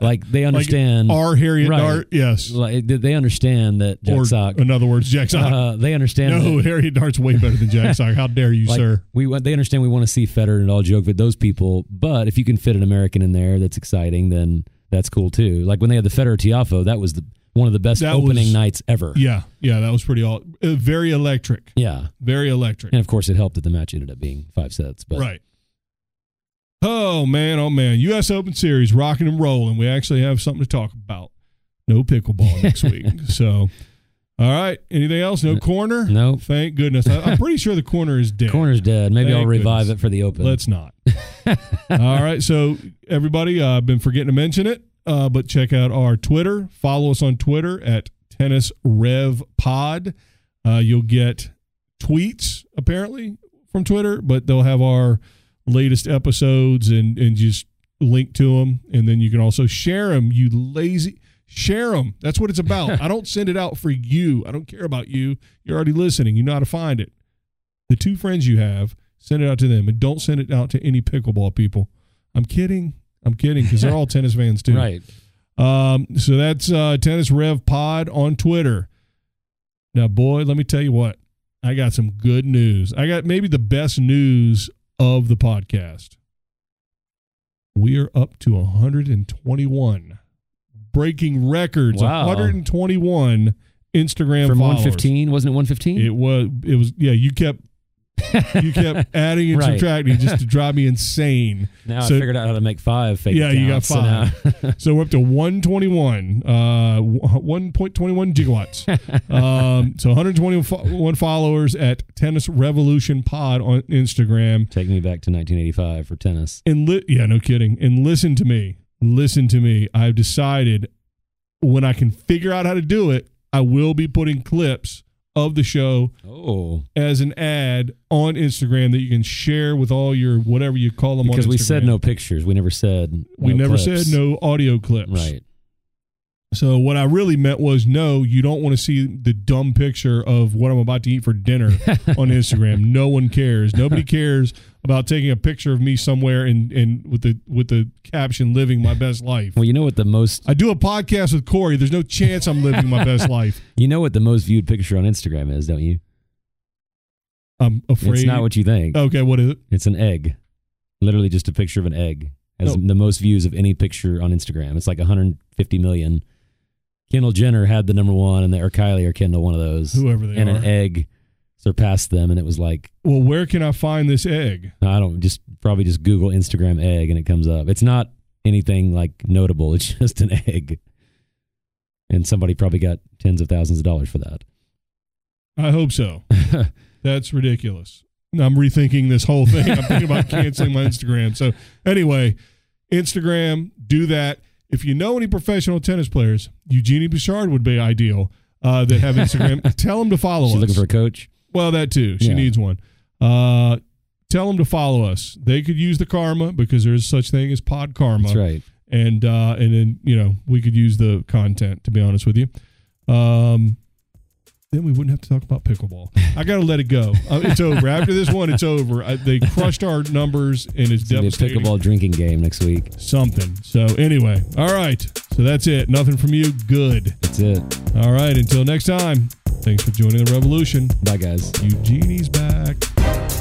Like they understand, Like our Harriet Right. Dart, yes, like, they- they understand that Jack or Sock. in other words, Jack Sock. Uh, they understand. no, that, Harriet Dart's way better than Jack Sock. How dare you, like, sir? We want- they understand we want to see Federer and all joke with those people. But if you can fit an American in there, that's exciting. Then that's cool too. Like when they had the Federer Tiafo, that was the one of the best That opening was- nights ever. Yeah, yeah, that was pretty all uh, very electric, yeah. very electric. And of course, it helped that the match ended up being five sets. But Right. Oh man, oh man. US Open Series rocking and rolling. We actually have something to talk about. No pickleball next week. So all right. Anything else? No corner? no, Thank goodness. I, I'm pretty sure the corner is dead. corner's dead. Maybe Thank I'll revive goodness. it for the Open. Let's not. all right. So everybody, uh, I've been forgetting to mention it, uh, but check out our Twitter. Follow us on Twitter at Tennis Rev Pod. Uh, you'll get tweets apparently from Twitter, but they'll have our latest episodes and and just link to them, and then you can also share them. You lazy. Share them. That's what it's about. I don't send it out for you. I don't care about you. You're already listening. You know how to find it. The two friends you have, send it out to them, and don't send it out to any pickleball people. I'm kidding. I'm kidding because they're all tennis fans too. right. Um, so that's uh, Tennis Rev Pod on Twitter. Now, boy, let me tell you what. I got some good news. I got maybe the best news of the podcast. We are up to 121, breaking records. Wow. 121 Instagram From followers. 115, wasn't it 115? It was. It was. Yeah, you kept. You kept adding and Right. subtracting just to drive me insane. now so- I figured out how to make five fake Yeah, you got accounts, so now- So we're up to 121, uh, w- 1.21 gigawatts. um, so 121 followers at Tennis Revolution Pod on Instagram. Take me back to 1985 for tennis. And li- yeah, no kidding. And listen to me. Listen to me. I've decided when I can figure out how to do it, I will be putting clips of the show Oh, as an ad on Instagram that you can share with all your whatever you call them because on Instagram. we said no pictures. We never said. We no never clips. said no audio clips. Right. So what I really meant was, no, you don't want to see the dumb picture of what I'm about to eat for dinner on Instagram. No one cares. Nobody cares about taking a picture of me somewhere and and with the with the caption "living my best life." Well, you know what the most I do a podcast with Corey. There's no chance I'm living my best life. you know what the most viewed picture on Instagram is, don't you? I'm afraid. It's not what you think. okay, what is it? It's an egg. Literally just a picture of an egg. Has No. the most views of any picture on Instagram. It's like 150 million. Kendall Jenner had the number one, and the, or Kylie or Kendall, one of those. Whoever they and are. an egg surpassed them, and it was like Well, where can I find this egg? I don't just probably just Google Instagram egg and it comes up. It's not anything like notable. It's just an egg, and somebody probably got tens of thousands of dollars for that. I hope so. That's ridiculous. Now I'm rethinking this whole thing. I'm thinking about canceling my Instagram. So anyway, Instagram, do that. If you know any professional tennis players, Eugenie Bouchard would be ideal uh, that have Instagram. tell them to follow She's us. looking for a coach. well, that too. She Yeah. needs one. Uh, tell them to follow us. They could use the karma because there is such thing as pod karma. That's right. and uh, and then you know we could use the content to be honest with you. Um, then we wouldn't have to talk about pickleball. I got to let it go. Uh, it's over after this one. It's over. I, they crushed our numbers and it's It's gonna be a devastating. pickleball drinking game next week. Something. So anyway, all right. So that's it. Nothing from you. Good. That's it. All right. Until next time. Thanks for joining the revolution. Bye, guys. Eugenie's back.